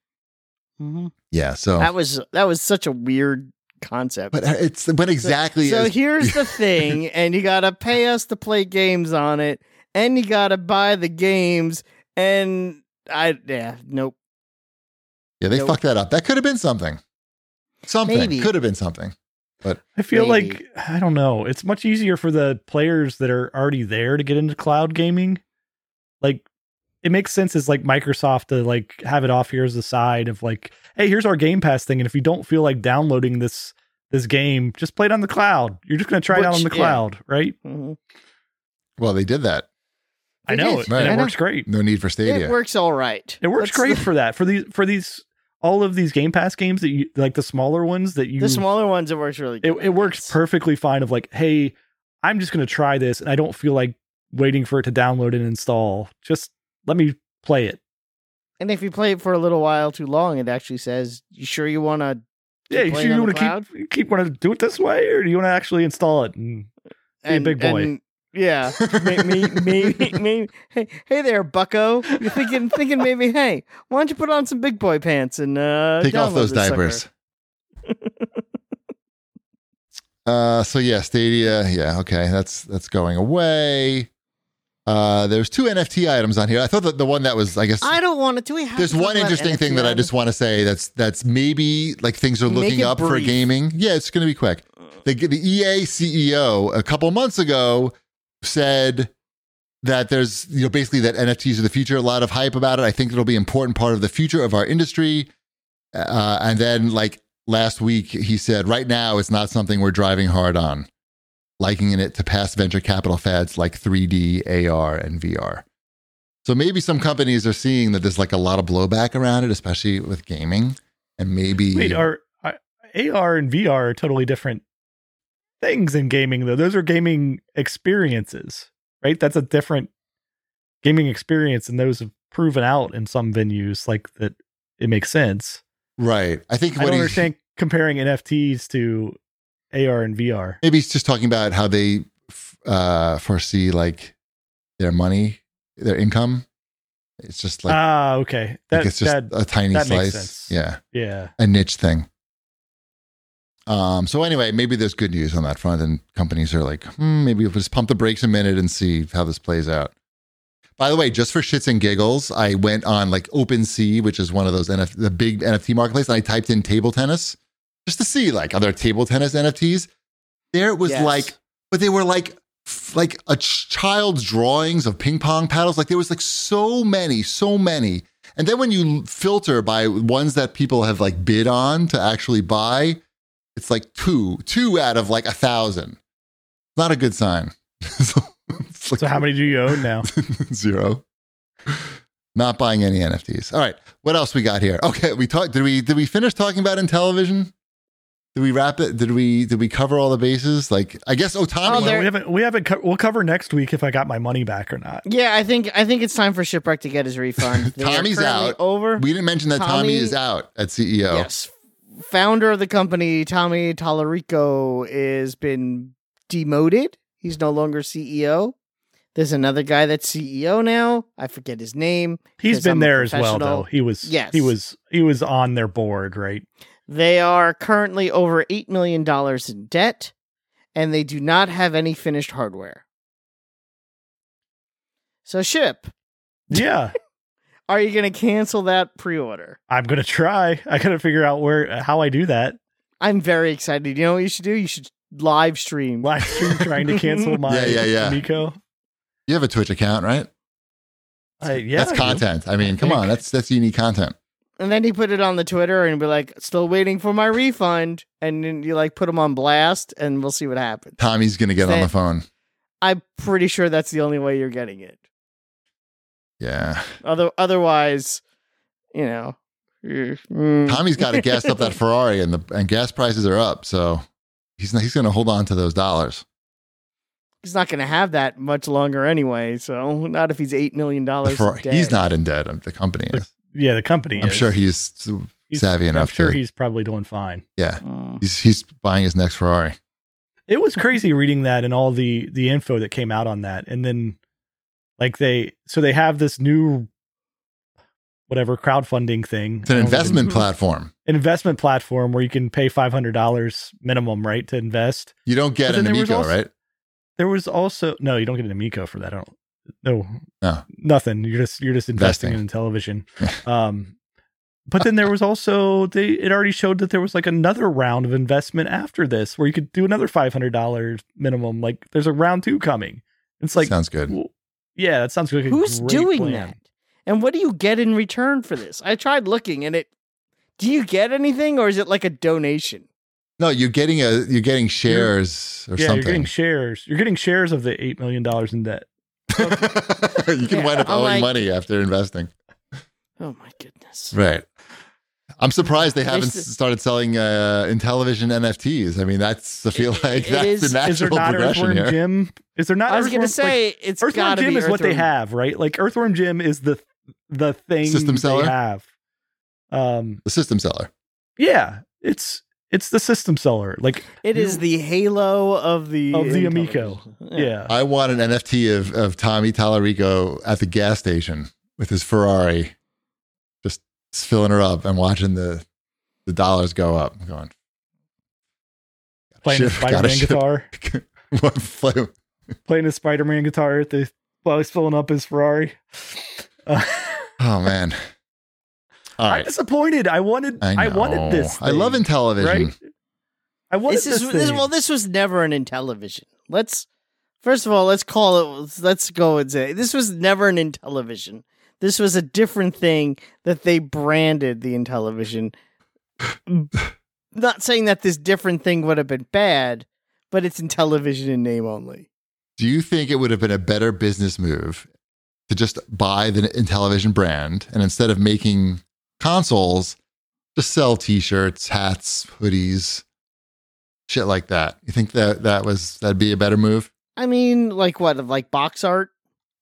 B: Yeah, so
A: That was that was such a weird concept.
B: Oh. but it's but exactly
A: so
B: is-
A: here's the thing, and you gotta pay us to play games on it, and you gotta buy the games, and I yeah nope.
B: Yeah, they
A: Nope.
B: fucked that up. That could have been something. Something
A: Maybe.
B: could have been something.
C: I feel
A: Maybe.
C: like I don't know. It's much easier for the players that are already there to get into cloud gaming. Like it makes sense as like Microsoft to like have it off here as the side of like, hey, here's our Game Pass thing, and if you don't feel like downloading this this game, just play it on the cloud. You're just gonna try it out
A: Which-
C: on the
A: yeah.
C: cloud, right?
A: Mhm.
B: Well, they did that.
C: I
A: It is.
C: know it, and
B: Right.
C: it works great.
B: No need for Stadia.
A: It works all right.
C: It works
A: Let's-
C: great for that for these for these all of these Game Pass games that you like the smaller ones that you
A: The smaller ones, it works really.
C: it,
A: good, I
C: it works
A: guess.
C: perfectly fine of like hey i'm just going to try this and i don't feel like waiting for it to download and install just let me play it
A: And if you play it for a little while too long, it actually says, "You sure you want to?"
C: yeah you
A: playing
C: sure you
A: on the
C: want to keep keep want to do it this way or do you want to actually install it and Be a big boy.
A: yeah. May- may- maybe, maybe, hey, hey there, Bucko. You're thinking, thinking maybe, hey, why don't you put on some big boy pants and uh,
B: Take off
A: download
B: those
A: this sucker.
B: diapers. uh so yeah, Stadia, yeah, okay. That's that's going away. Uh, there's two NFT items on here. I thought that the one that was, I guess,
A: I don't want it. Do we have?
B: there's
A: to talk
B: one
A: about
B: interesting thing that I
A: NFTs?
B: just want to say. That's that's maybe like things are
D: Make
B: looking
D: it
B: up for
D: brief.
B: gaming. Yeah, it's going to be quick. The, the E EA CEO a couple months ago said that there's you know basically that NFTs are the future. A lot of hype about it. I think it'll be an important part of the future of our industry. Uh, and then like last week, he said, right now it's not something we're driving hard on, likening it to past venture capital fads like 3D, AR, and VR. So maybe some companies are seeing that there's like a lot of blowback around it, especially with gaming, and maybe
C: Wait, are, are AR and VR are totally different things in gaming though. Those are gaming experiences, right? That's a different gaming experience, and those have proven out in some venues like that. It makes sense.
B: right. I think
C: I
B: what
C: don't
B: he-
C: understand comparing NFTs to AR and VR.
B: maybe he's just talking about how they f- uh, foresee like their money, their income. It's just like,
C: ah, okay.
B: like
C: That,
B: it's just
C: that
B: a tiny
C: that
B: slice.
C: makes sense.
B: Yeah,
C: yeah.
B: a niche thing. Um. So anyway, maybe there's good news on that front, and companies are like, hmm, maybe we'll just pump the brakes a minute and see how this plays out. By the way, just for shits and giggles, I went on like OpenSea, which is one of those NF- the big NFT marketplace, and I typed in table tennis just to see like other table tennis NFTs. There it was
D: Yes.
B: like, but they were like f- like a ch- child's drawings of ping pong paddles. Like there was like so many, so many. And then when you filter by ones that people have like bid on to actually buy, it's like two, two out of like a thousand. Not a good sign. so, it's like-
C: So how many do you own now?
B: Zero. Not buying any NFTs. All right. What else we got here? Okay, we talked did we did we finish talking about in television? Did we wrap it? Did we did we cover all the bases? Like I guess
A: Oh,
B: Otani
A: there-
C: we haven't. We haven't. Co- we'll cover next week if I got my money back or not.
A: Yeah, I think I think it's time for shipwreck to get his refund. They are
B: Tommy's
A: currently
B: out.
A: Over.
B: we didn't mention that Tommy,
A: Tommy-
B: is out at E CEO.
A: Yes. Founder of the company, Tommy Tallarico, is been demoted. He's no longer CEO. There's another guy that's CEO now. I forget his name.
C: He's
A: 'Cause
C: been
A: I'm a
C: there as well,
A: professional.
C: though. He was.
A: Yes.
C: He was. He was on their board, right?
A: They are currently over $8 million in debt, and they do not have any finished hardware. So, Ship,
C: Yeah.
A: are you going to cancel that pre order?
C: I'm gonna try. I gotta figure out where how I do that.
A: I'm very excited. You know what you should do? You should live stream.
C: Live stream trying to cancel my
B: Yeah, yeah, yeah.
C: Nico.
B: You have a Twitch account, right?
C: I, yeah.
B: that's
C: I do.
B: content. I mean, come on, that's that's unique content.
A: And then he put it on the Twitter and be like, still waiting for my refund. And then you like put him on blast and we'll see what happens.
B: Tommy's gonna get on
A: Say-
B: the phone.
A: I'm pretty sure that's the only way you're getting it.
B: Yeah,
A: Other otherwise, you know. eh, mm.
B: Tommy's got to gas up that Ferrari, and the and gas prices are up, so he's not, he's gonna hold on to those dollars.
A: he's not gonna have that much longer anyway, so not if he's eight million
B: The
C: Oh,
A: dollars.
B: Ferrari-
A: dead.
B: he's not in debt. um, The company
C: But-
B: is.
C: Yeah, the company.
B: I'm
C: is.
B: sure he's
C: He's-
B: savvy
C: I'm
B: enough to.
C: sure he's probably doing fine.
B: yeah,
A: Mm.
B: he's he's buying his next Ferrari.
C: It was crazy reading that and all the the info that came out on that, and then like they so they have this new whatever crowdfunding thing.
B: It's an
C: I don't even-
B: investment platform.
C: investment platform where you can pay five hundred dollars minimum, right, to invest.
B: You don't get
C: But
B: an
C: then there was
B: Amico,
C: also-
B: right?
C: There was also no, you don't get an Amico for that. I don't. No,
B: No.
C: nothing. You're just you're just investing,
B: Investing.
C: in television. um, but then there was also they it already showed that there was like another round of investment after this where you could do another five hundred dollars minimum. Like there's a round two coming. It's like
B: Sounds good.
C: w- yeah, that sounds like a
A: Who's
C: great
A: doing
C: plan.
A: that? And what do you get in return for this? I tried looking and it do you get anything or is it like a donation?
B: No, you're getting a you're getting shares or
C: yeah, you're
B: something.
C: getting shares. You're getting shares of the eight million dollars in debt.
B: you can
A: Yeah,
B: wind up
A: I'm
B: owing
A: like-
B: money after investing.
A: Oh my goodness.
B: Right. I'm surprised they
A: They
B: haven't
A: should-
B: started selling uh, in television NFTs. I mean, that's I feel like
A: it
B: that's
A: is-
B: the
C: Is there
B: natural
C: not
B: progression
C: Earthworm
B: here.
C: Jim? Is there not?
A: I was
C: Earthworm-
A: gonna
C: like,
A: say it's
C: Earthworm
A: gotta
C: Jim
A: be
C: is what they
A: Earthworm-
C: have, right? Like Earthworm Jim is the the thing
B: System seller?
C: they have. Um,
B: The system seller.
C: yeah, it's it's the system seller. Like,
A: It is the halo of the
C: Of the
A: in
C: Amico.
A: television.
C: yeah,
B: I want an NFT of of Tommy Tallarico at the gas station with his Ferrari, just filling her up and watching the the dollars go up. I'm going
C: playing
B: ship,
C: his Spider Man
B: gotta ship.
C: guitar,
B: what flavor?
C: playing his Spider Man guitar at the while he's filling up his Ferrari. Uh,
B: Oh man. All
C: I'm
B: right.
C: disappointed. I wanted. I, wanted
B: know.
C: this.
B: I love in
C: thing,
B: television.
C: Right. I wanted
A: This
C: this.
A: is this,
C: thing.
A: well. This was never an Intellivision. Let's first of all let's call it. Let's go and say this was never an Intellivision. This was a different thing that they branded the Intellivision. Not saying that this different thing would have been bad, but it's Intellivision in name only.
B: Do you think it would have been a better business move to just buy the Intellivision brand and instead of making consoles, just sell T-shirts, hats, hoodies, shit like that? You think that that was that'd be a better move?
A: I mean, like what? Like box art?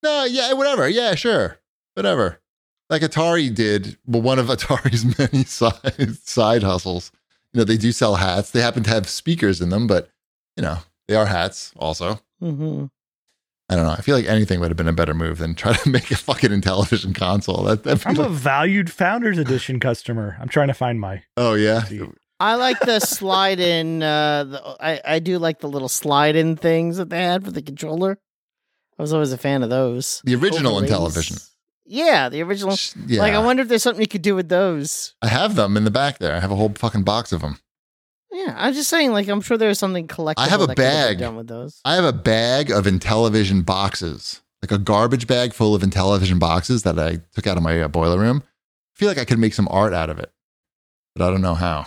B: No, yeah, whatever. Yeah, sure, whatever. Like Atari did, but one of Atari's many side side hustles. You know, they do sell hats. They happen to have speakers in them, but you know, they are hats also.
A: Mm-hmm.
B: I don't know. I feel like anything would have been a better move than try to make a fucking Intellivision console. That, that
C: I'm a valued Founders Edition customer. I'm trying to find my.
B: oh yeah,
C: receipt.
A: I like the slide in. Uh, the, I I do like the little slide in things that they had for the controller. I was always a fan of those.
B: the original
A: Overlays.
B: Intellivision.
A: Yeah, the original.
B: Sh- Yeah,
A: Like, I
B: I,
A: wonder if there's something you could do with those.
B: have them in the back there. I have a whole fucking box of them.
A: Yeah, I'm just saying. Like, I'm sure there's something collectible.
B: I have a
A: that could been
B: bag.
A: done with those.
B: I have a bag of Intellivision boxes, like a garbage bag full of Intellivision boxes that I took out of my uh, boiler room. I feel like I could make some art out of it, but I don't know how.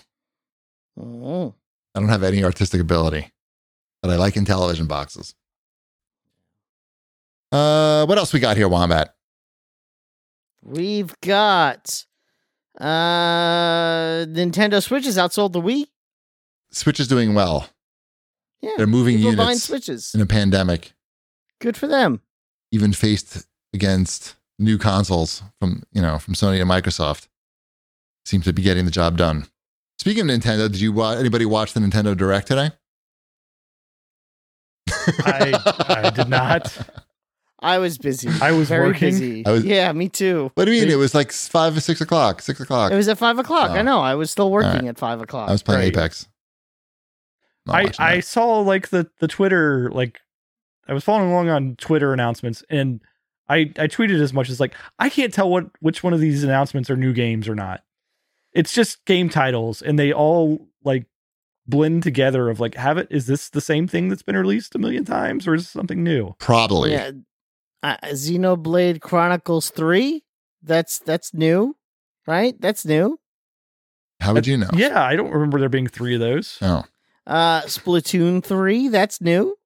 A: Mm.
B: I don't have any artistic ability, but I like Intellivision boxes. Uh, what else we got here, Wombat?
A: We've got uh Nintendo Switches outsold the Wii.
B: Switch is doing well.
A: Yeah,
B: They're moving
A: people buying
B: units
A: Switches.
B: in a pandemic,
A: Good for them.
B: even faced against new consoles from you know from Sony and Microsoft, seems to be getting the job done. Speaking of Nintendo, did you wa- anybody watch the Nintendo Direct today?
C: I, I did not.
A: I was busy.
C: I was
A: very
C: working.
A: busy.
B: I was-
A: yeah, me too.
B: What do you mean? It was like five or six o'clock. Six o'clock.
A: It was at five o'clock.
B: Oh.
A: I know. I was still working
B: right.
A: at five o'clock.
B: I was playing
C: Right.
B: Apex. Not
C: I,
B: watching
C: I
B: that.
C: saw like the the Twitter like I was following along on Twitter announcements and I I tweeted as much as like I can't tell what which one of these announcements are new games or not. It's just game titles and they all like blend together of like have it is this the same thing that's been released a million times or is this something new?
B: probably.
A: yeah, uh, Xenoblade Chronicles Three. That's that's new, right? That's new.
B: How would you know?
C: Yeah, I don't remember there being three of those.
B: Oh,
A: Uh Splatoon 3, that's new.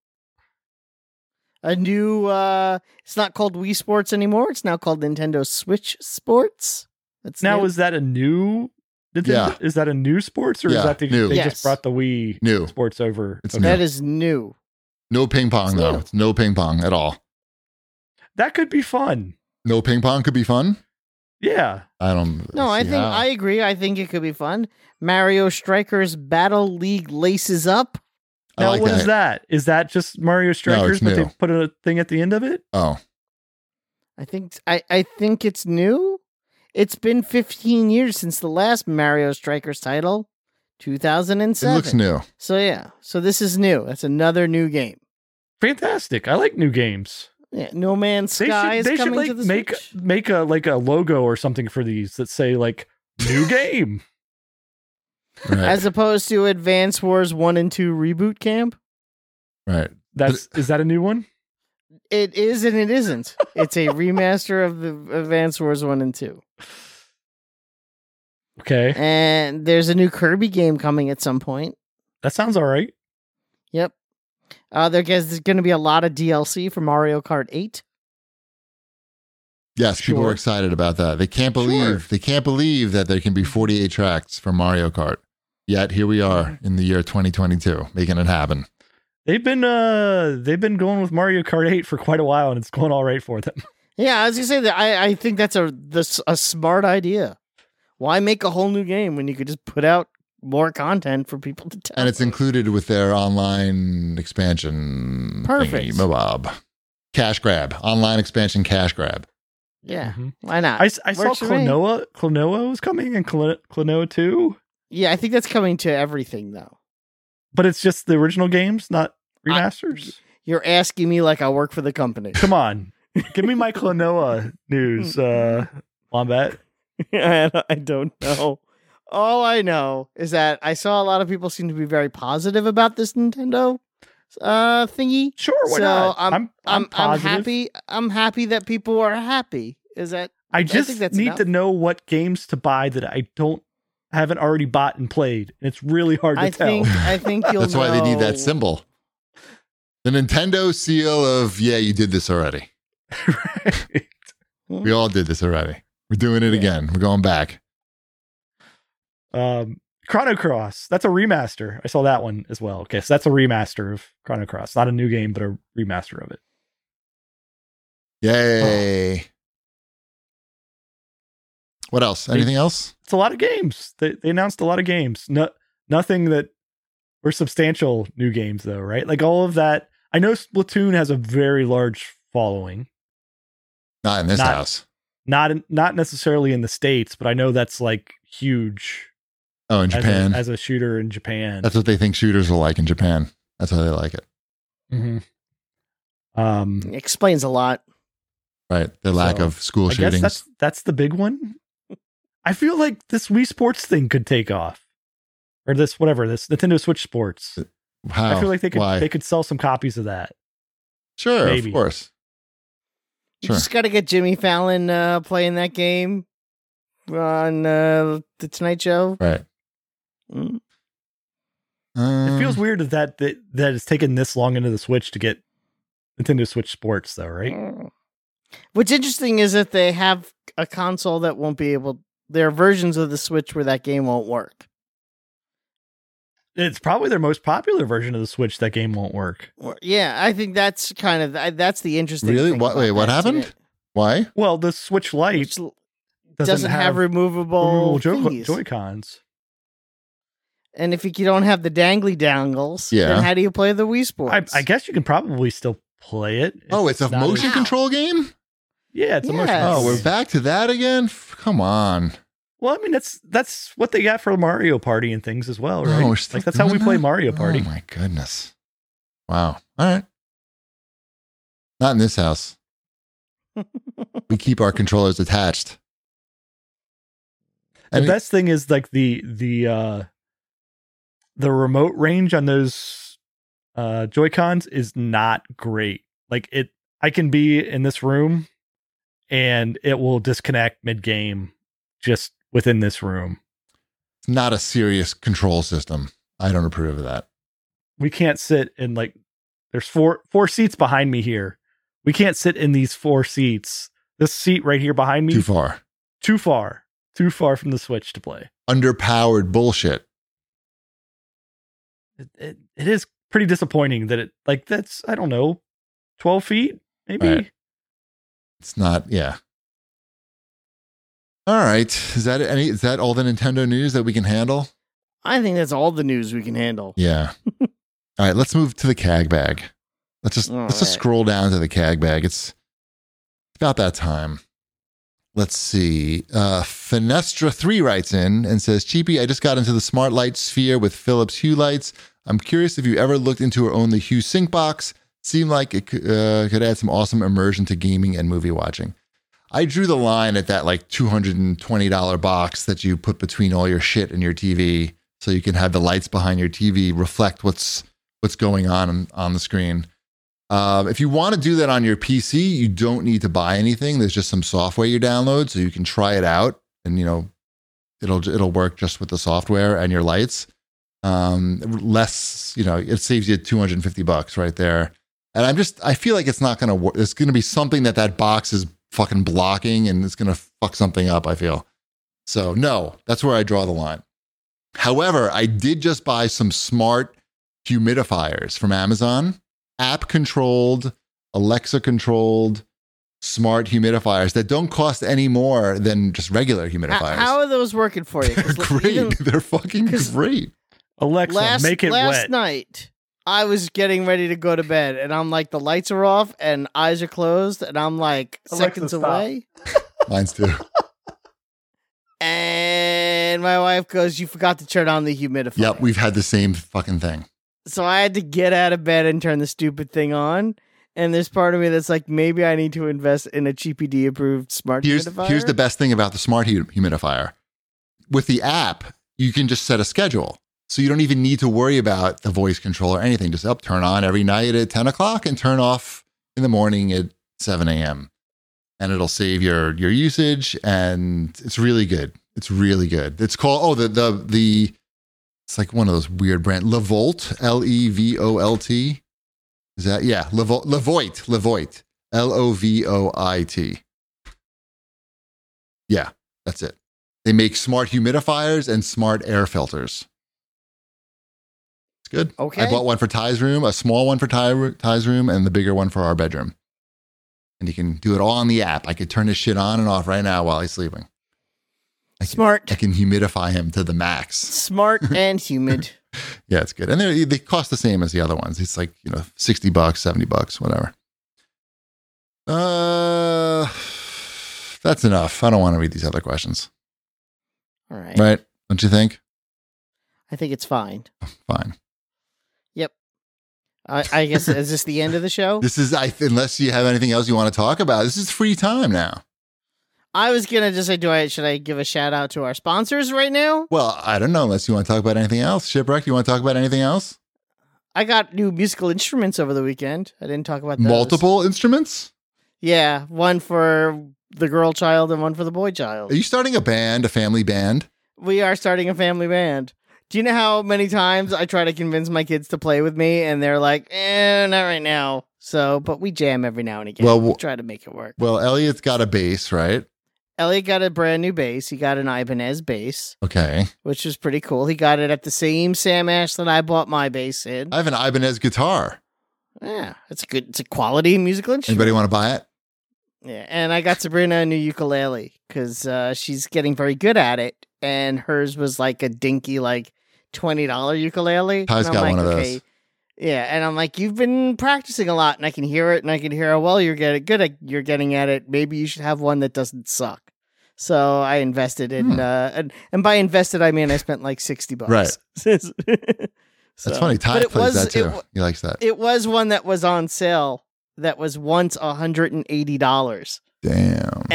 A: A new uh it's not called Wii Sports anymore. It's now called Nintendo Switch Sports. That's
C: Now
A: new.
C: is that a new Nintendo?
B: Yeah.
C: Is that a new sports or
B: Yeah,
C: is that the,
B: new.
C: they
A: Yes.
C: just brought the Wii
B: new.
C: sports over?
B: It's
A: that is new.
B: No ping pong
A: It's
B: though.
A: new.
B: It's no ping pong at all.
C: That could be fun.
B: No ping pong could be fun.
C: Yeah.
B: I don't.
A: No, I
B: see
A: think
B: how.
A: I agree. I think it could be fun. Mario Strikers Battle League laces up.
B: I
C: Now, what
B: like
C: is that? Is that just Mario Strikers,
B: new.
C: but they put a thing at the end of it?
B: Oh,
A: I think I, I think it's new. It's been 15 years since the last Mario Strikers title,
B: it
A: 2007.
B: looks new.
A: So yeah. So this is new. That's another new game.
C: Fantastic! I like new games.
A: Yeah, No Man's
C: They
A: Sky
C: should,
A: is
C: they should
A: coming to
C: like
A: the
C: make
A: Switch.
C: make a like a logo or something for these that say like new game.
B: Right.
A: As opposed to Advance Wars 1 and 2 Reboot Camp?
B: right.
C: That's is that a new one?
A: It is and it isn't. It's a remaster of the Advance Wars 1 and 2.
C: Okay,
A: And there's a new Kirby game coming at some point.
C: that sounds all right.
A: Yep. Uh, there guess there's going to be a lot of DLC for Mario Kart 8.
B: Yes, people
C: Sure.
B: were excited about that. They can't believe
C: Sure.
B: they can't believe that there can be 48 tracks for Mario Kart. Yet here we are
A: Mm-hmm.
B: in the year 2022 making it happen.
C: They've been uh they've been going with Mario Kart 8 for quite a while, and it's going all right for them.
A: Yeah, I was going to say that I, I think that's a this, a smart idea. Why make a whole new game when you could just put out more content for people to tell?
B: And it's included with their online expansion.
A: Perfect.
B: Thingy, Bob. Cash grab. Online expansion cash grab.
A: Yeah, Mm-hmm.
C: Mhm.
A: why not?
C: I, s- I saw
A: Works for me.
C: Klonoa Klonoa was coming and Klo- Klonoa 2,
A: Yeah, I think that's coming to everything though.
C: but it's just the original games, not
A: I-
C: remasters.
A: You're asking me like I work for the company.
C: Come on, Give me my Klonoa news, uh, Wombat.
A: I don't- I don't know. All I know is that I saw a lot of people seem to be very positive about this Nintendo uh, thingy.
C: Sure, why
A: So,
C: not?
A: I'm- I'm, I'm
C: positive.
A: happy. I'm happy that people are happy. Is that
C: I just
A: think that's
C: need
A: enough.
C: to know what games to buy that I don't haven't already bought and played. It's really hard to
A: I
C: tell.
A: think I think you'll
B: That's why they need that
A: know.
B: symbol. The Nintendo seal of, yeah, you did this already.
C: Right.
B: We
A: Mm-hmm.
B: all did this already. We're doing it again. We're going back.
C: Um, Chrono Cross. That's a remaster. I saw that one as well. Okay, so that's a remaster of Chrono Cross. Not a new game, but a remaster of it.
B: Yay. What else? Anything else?
C: It's a lot of games. They, they announced a lot of games. No, nothing that were substantial new games though, right? Like all of that. I know Splatoon has a very large following.
B: Not in this
C: Not-
B: house.
C: Not in, not necessarily in the states, but I know that's like huge
B: Oh, in
C: as a-
B: Japan.
C: as a, shooter in Japan.
B: That's what they think shooters are like in Japan. That's how they like it.
C: Mhm. Um,
A: Explains a lot.
B: Right. Their lack
C: So,
B: of school
C: I guess
B: shootings.
C: that's that's the big one. I feel like this Wii Sports thing could take off, or this whatever this Nintendo Switch Sports.
B: How?
C: I feel like they could
B: Oh, Why?
C: they could sell some copies of that.
B: sure,
C: maybe.
B: of course.
A: You
B: Sure.
A: just got to get Jimmy Fallon uh, playing that game on uh, the Tonight Show.
B: Right.
A: Mm.
C: It
B: Um,
C: feels weird that that that, that it's taken this long into the Switch to get Nintendo Switch Sports, though, right?
A: Mm. What's interesting is that they have a console that won't be able. There are versions of the Switch where that game won't work.
C: It's probably their most popular version of the Switch. That game won't work.
A: Or- Yeah, I think that's kind of I- that's the interesting.
B: Really?
A: thing
B: What-
A: about
B: wait, what
A: that to
B: happened?
A: it.
B: Why?
C: Well, the Switch Lite
A: Which l-
C: doesn't, have,
A: removable
C: removable Joy-
A: thingies.
C: Joy Cons.
A: and if you don't have the dangly dangles,
B: Yeah.
A: then how do you play the Wii
C: I,
A: Sports?
C: I guess you can probably still play it.
B: Oh, it's a
C: not as-
B: motion
A: as-
B: control game?
C: Yeah, it's a motion.
A: Yes.
B: Oh,
C: control.
B: we're back to that again? F- Come on.
C: Well, I mean that's that's what they got for Mario Party and things as well,
B: Oh, No,
C: right?
B: we're still
C: like that's how we
B: doing
C: play
B: that?
C: Mario Party.
B: Oh, my goodness. Wow. All right. Not in this house. we keep our controllers attached.
C: the
B: And-
C: best thing is like the the uh the remote range on those uh Joy Cons is not great. Like it, I can be in this room, and it will disconnect mid game, just within this room.
B: It's not a serious control system. I don't approve of that.
C: we can't sit in like there's four four seats behind me here. We can't sit in these four seats. This seat right here behind me
B: Too far.
C: too far, too far from the Switch to play.
B: Underpowered bullshit.
C: It, it, it is pretty disappointing that it like that's I don't know, twelve feet maybe.
B: Right. It's not, yeah. All right. Is that any is that all the Nintendo news that we can handle?
A: I think that's all the news we can handle.
B: Yeah. all right, let's move to the CAG bag. Let's just
A: All
B: let's just
A: right.
B: scroll down to the CAG bag. It's it's about that time. Let's see. Uh Finestra 3 writes in and says, Cheapy, I just got into the smart light sphere with Philips Hue lights. I'm curious if you ever looked into or owned the Hue Sync box. Seemed like it could, uh, could add some awesome immersion to gaming and movie watching. I drew the line at that like $220 box that you put between all your shit and your TV so you can have the lights behind your TV reflect what's what's going on on the screen. Um, if you want to do that on your PC, you don't need to buy anything. There's just some software you download so you can try it out and you know it'll it'll work just with the software and your lights. Um, less, you know, it saves you 250 bucks right there. And I'm just, I feel like it's not going to work. It's going to be something that that box is fucking blocking and it's going to fuck something up, I feel. So, no, that's where I draw the line. However, I did just buy some smart humidifiers from Amazon, app controlled, Alexa controlled, smart humidifiers that don't cost any more than just regular
A: H-
B: humidifiers.
A: How are those working for you? 'Cause
B: They're great.
A: even
B: They're fucking
A: 'cause-
B: great.
C: Alexa,
A: last
C: make it
A: last
C: wet.
A: night, I was getting ready to go to bed, and I'm like, the lights are off and eyes are closed, and I'm like
C: Alexa,
A: seconds
C: stop.
A: away.
B: Mine's too.
A: And my wife goes, "You forgot to turn on the humidifier."
B: Yep, we've had the same fucking thing.
A: so I had to get out of bed and turn the stupid thing on. And there's part of me that's like, maybe I need to invest in a GPD approved smart
B: Here's,
A: humidifier.
B: here's the best thing about the smart hu- humidifier. With the app, you can just set a schedule. So you don't even need to worry about the voice control or anything. Just up, turn on every night at 10 o'clock and turn off in the morning at 7 a.m. And it'll save your your usage and it's really good. It's really good. It's called oh the the the it's like one of those weird brand Levolt, L E V O L T. Is that yeah, Levo, Levoit, Levoit. L O V O I T. Yeah, that's it. They make smart humidifiers and smart air filters. It's good.
A: Okay.
B: I bought one for Ty's room, a small one for Ty, Ty's room, and the bigger one for our bedroom. And you can do it all on the app. I could turn this shit on and off right now while he's sleeping. I
A: smart,
B: can humidify him to the max.
A: smart and humid.
B: Yeah, it's good. And they they cost the same as the other ones. It's like, you know, 60 bucks, 70 bucks, whatever. Uh that's enough. I don't want to read these other questions.
A: All right.
B: Right? Don't you think?
A: I think it's fine.
B: Fine.
A: I, I guess is this the end of the show?
B: This is I unless you have anything else you want to talk about. This is free time now.
A: I was gonna just say, do I should I give a shout out to our sponsors right now?
B: Well, I don't know unless you want to talk about anything else. Shipwreck, you want to talk about anything else?
A: I got new musical instruments over the weekend. I didn't talk about those.
B: Multiple instruments?
A: Yeah, one for the girl child and one for the boy child.
B: Are you starting a band, a family band?
A: we are starting a family band. Do you know how many times I try to convince my kids to play with me and they're like, eh, not right now. So, but we jam every now and again.
B: Well,
A: we
B: w-
A: try to make it work.
B: Well, Elliot's got a bass, right?
A: Elliot got a brand new bass. He got an Ibanez bass,
B: Okay.
A: which was pretty cool. He got it at the same Sam Ash that I bought my bass in.
B: I have an Ibanez guitar.
A: yeah, it's a good, it's a quality musical instrument.
B: Anybody want to buy it?
A: Yeah, and I got Sabrina a new ukulele because uh, she's getting very good at it, and hers was like a dinky, like twenty dollar ukulele. And
B: Ty's
A: I'm
B: got one
A: like,
B: of those.
A: Yeah, and I'm like, you've been practicing a lot, and I can hear it, and I can hear how well you're getting good at you're getting at it. Maybe you should have one that doesn't suck. So I invested in,
B: Hmm.
A: uh, and, and by invested I mean I spent like sixty bucks.
B: Right.
A: That's
B: That's funny. Ty plays that too.
A: It, wa-
B: he likes that.
A: it was one that was on sale that was once hundred and eighty dollars.
B: Damn.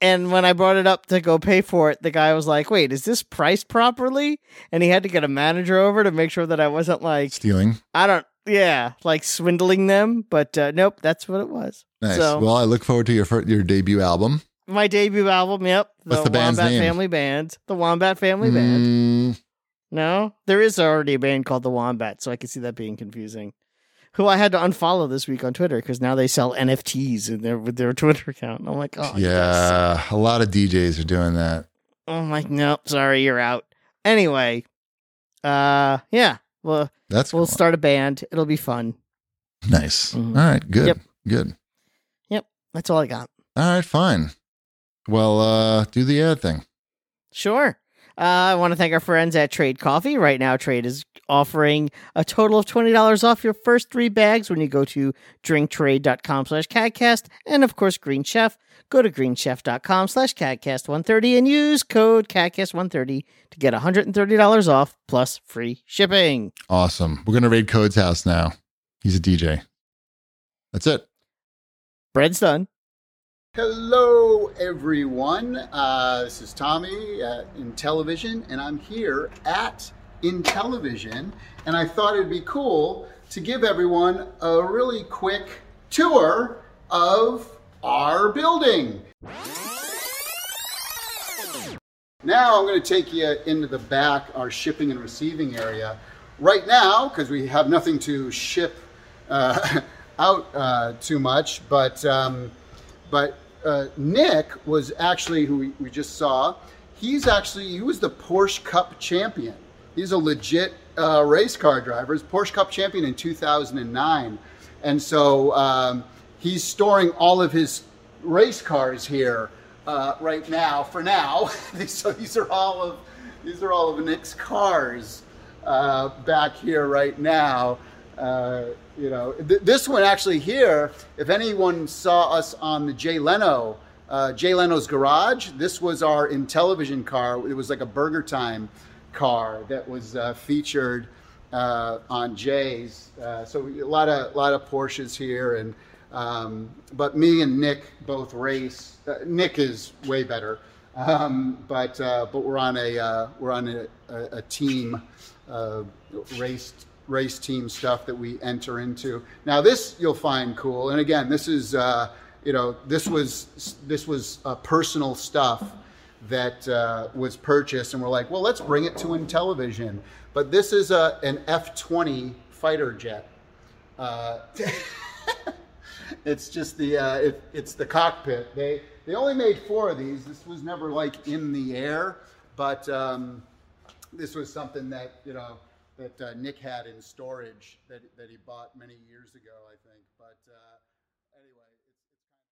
A: And when I brought it up to go pay for it, the guy was like, "Wait, is this priced properly?" And he had to get a manager over to make sure that I wasn't like,
B: Stealing.
A: I don't, yeah, like swindling them. But uh, nope, that's what it was.
B: Nice.
A: So-
B: well, I look forward to your fir- your debut album.
A: My debut album, yep,
B: What's the band's
A: Wombat
B: name?
A: Family Band, the Wombat Family Band.
B: Mm,
A: No, there is already a band called the Wombat, so I can see that being confusing. Who I had to unfollow this week on Twitter because now they sell NFTs in their with their Twitter account. I'm like, oh yes.
B: yeah, a lot of DJs are doing that.
A: I'm like, nope, sorry, you're out. Anyway, uh, yeah, well,
B: That's
A: we'll
B: cool.
A: start a band. It'll be fun.
B: nice.
A: Mhm.
B: All right, good,
A: Yep.
B: good.
A: That's all I got.
B: All right, fine. Well, uh, do the ad thing.
A: Sure. Uh, I want to thank our friends at Trade Coffee. Right now, Trade is offering a total of $20 off your first three bags when you go to drinktrade.com slash cadcast and, of course, Green Chef. Go to greenchef.com slash cadcast130 and use code cadcast130 to get $130 off plus free shipping.
B: Awesome. We're gonna raid Code's house now. He's a DJ. That's it.
A: Bread's done.
B: Hello, everyone. Uh, this is Tommy at Intellivision, and I'm here at Intellivision. And I thought it'd be cool to give everyone a really quick tour of our building. Now I'm going to take you into the back, our shipping and receiving area. Right now, because we have nothing to ship uh, out uh, too much, but um, but uh, Nick was actually who we, we just saw. He's actually he was the Porsche Cup champion. He's a legit uh, race car driver. He's Porsche Cup champion in 2009, and so um, he's storing all of his race cars here uh, right now for now. so these are all of these are all of Nick's cars uh, back here right now. Uh, you know, th- this one actually here. If anyone saw us on the Jay Leno, uh, Jay Leno's garage, this was our Intellivision car. It was like a Burger Time car that was uh, featured uh, on Jay's. Uh, so a lot of lot of Porsches here and
D: Um, but me and Nick both race. Uh, Nick is way better, um, but uh, but we're on a uh, we're on a, a, a team uh, race race team stuff that we enter into. Now this you'll find cool, and again, this is uh, you know this was this was uh, personal stuff that uh, was purchased, and we're like, well, let's bring it to Intellivision. But this is a an F twenty fighter jet. Uh, it's just the uh, it, it's the cockpit. They they only made four of these. This was never like in the air, but um, this was something that you know that uh, Nick had in storage that that he bought many years ago, I think. But uh, anyway.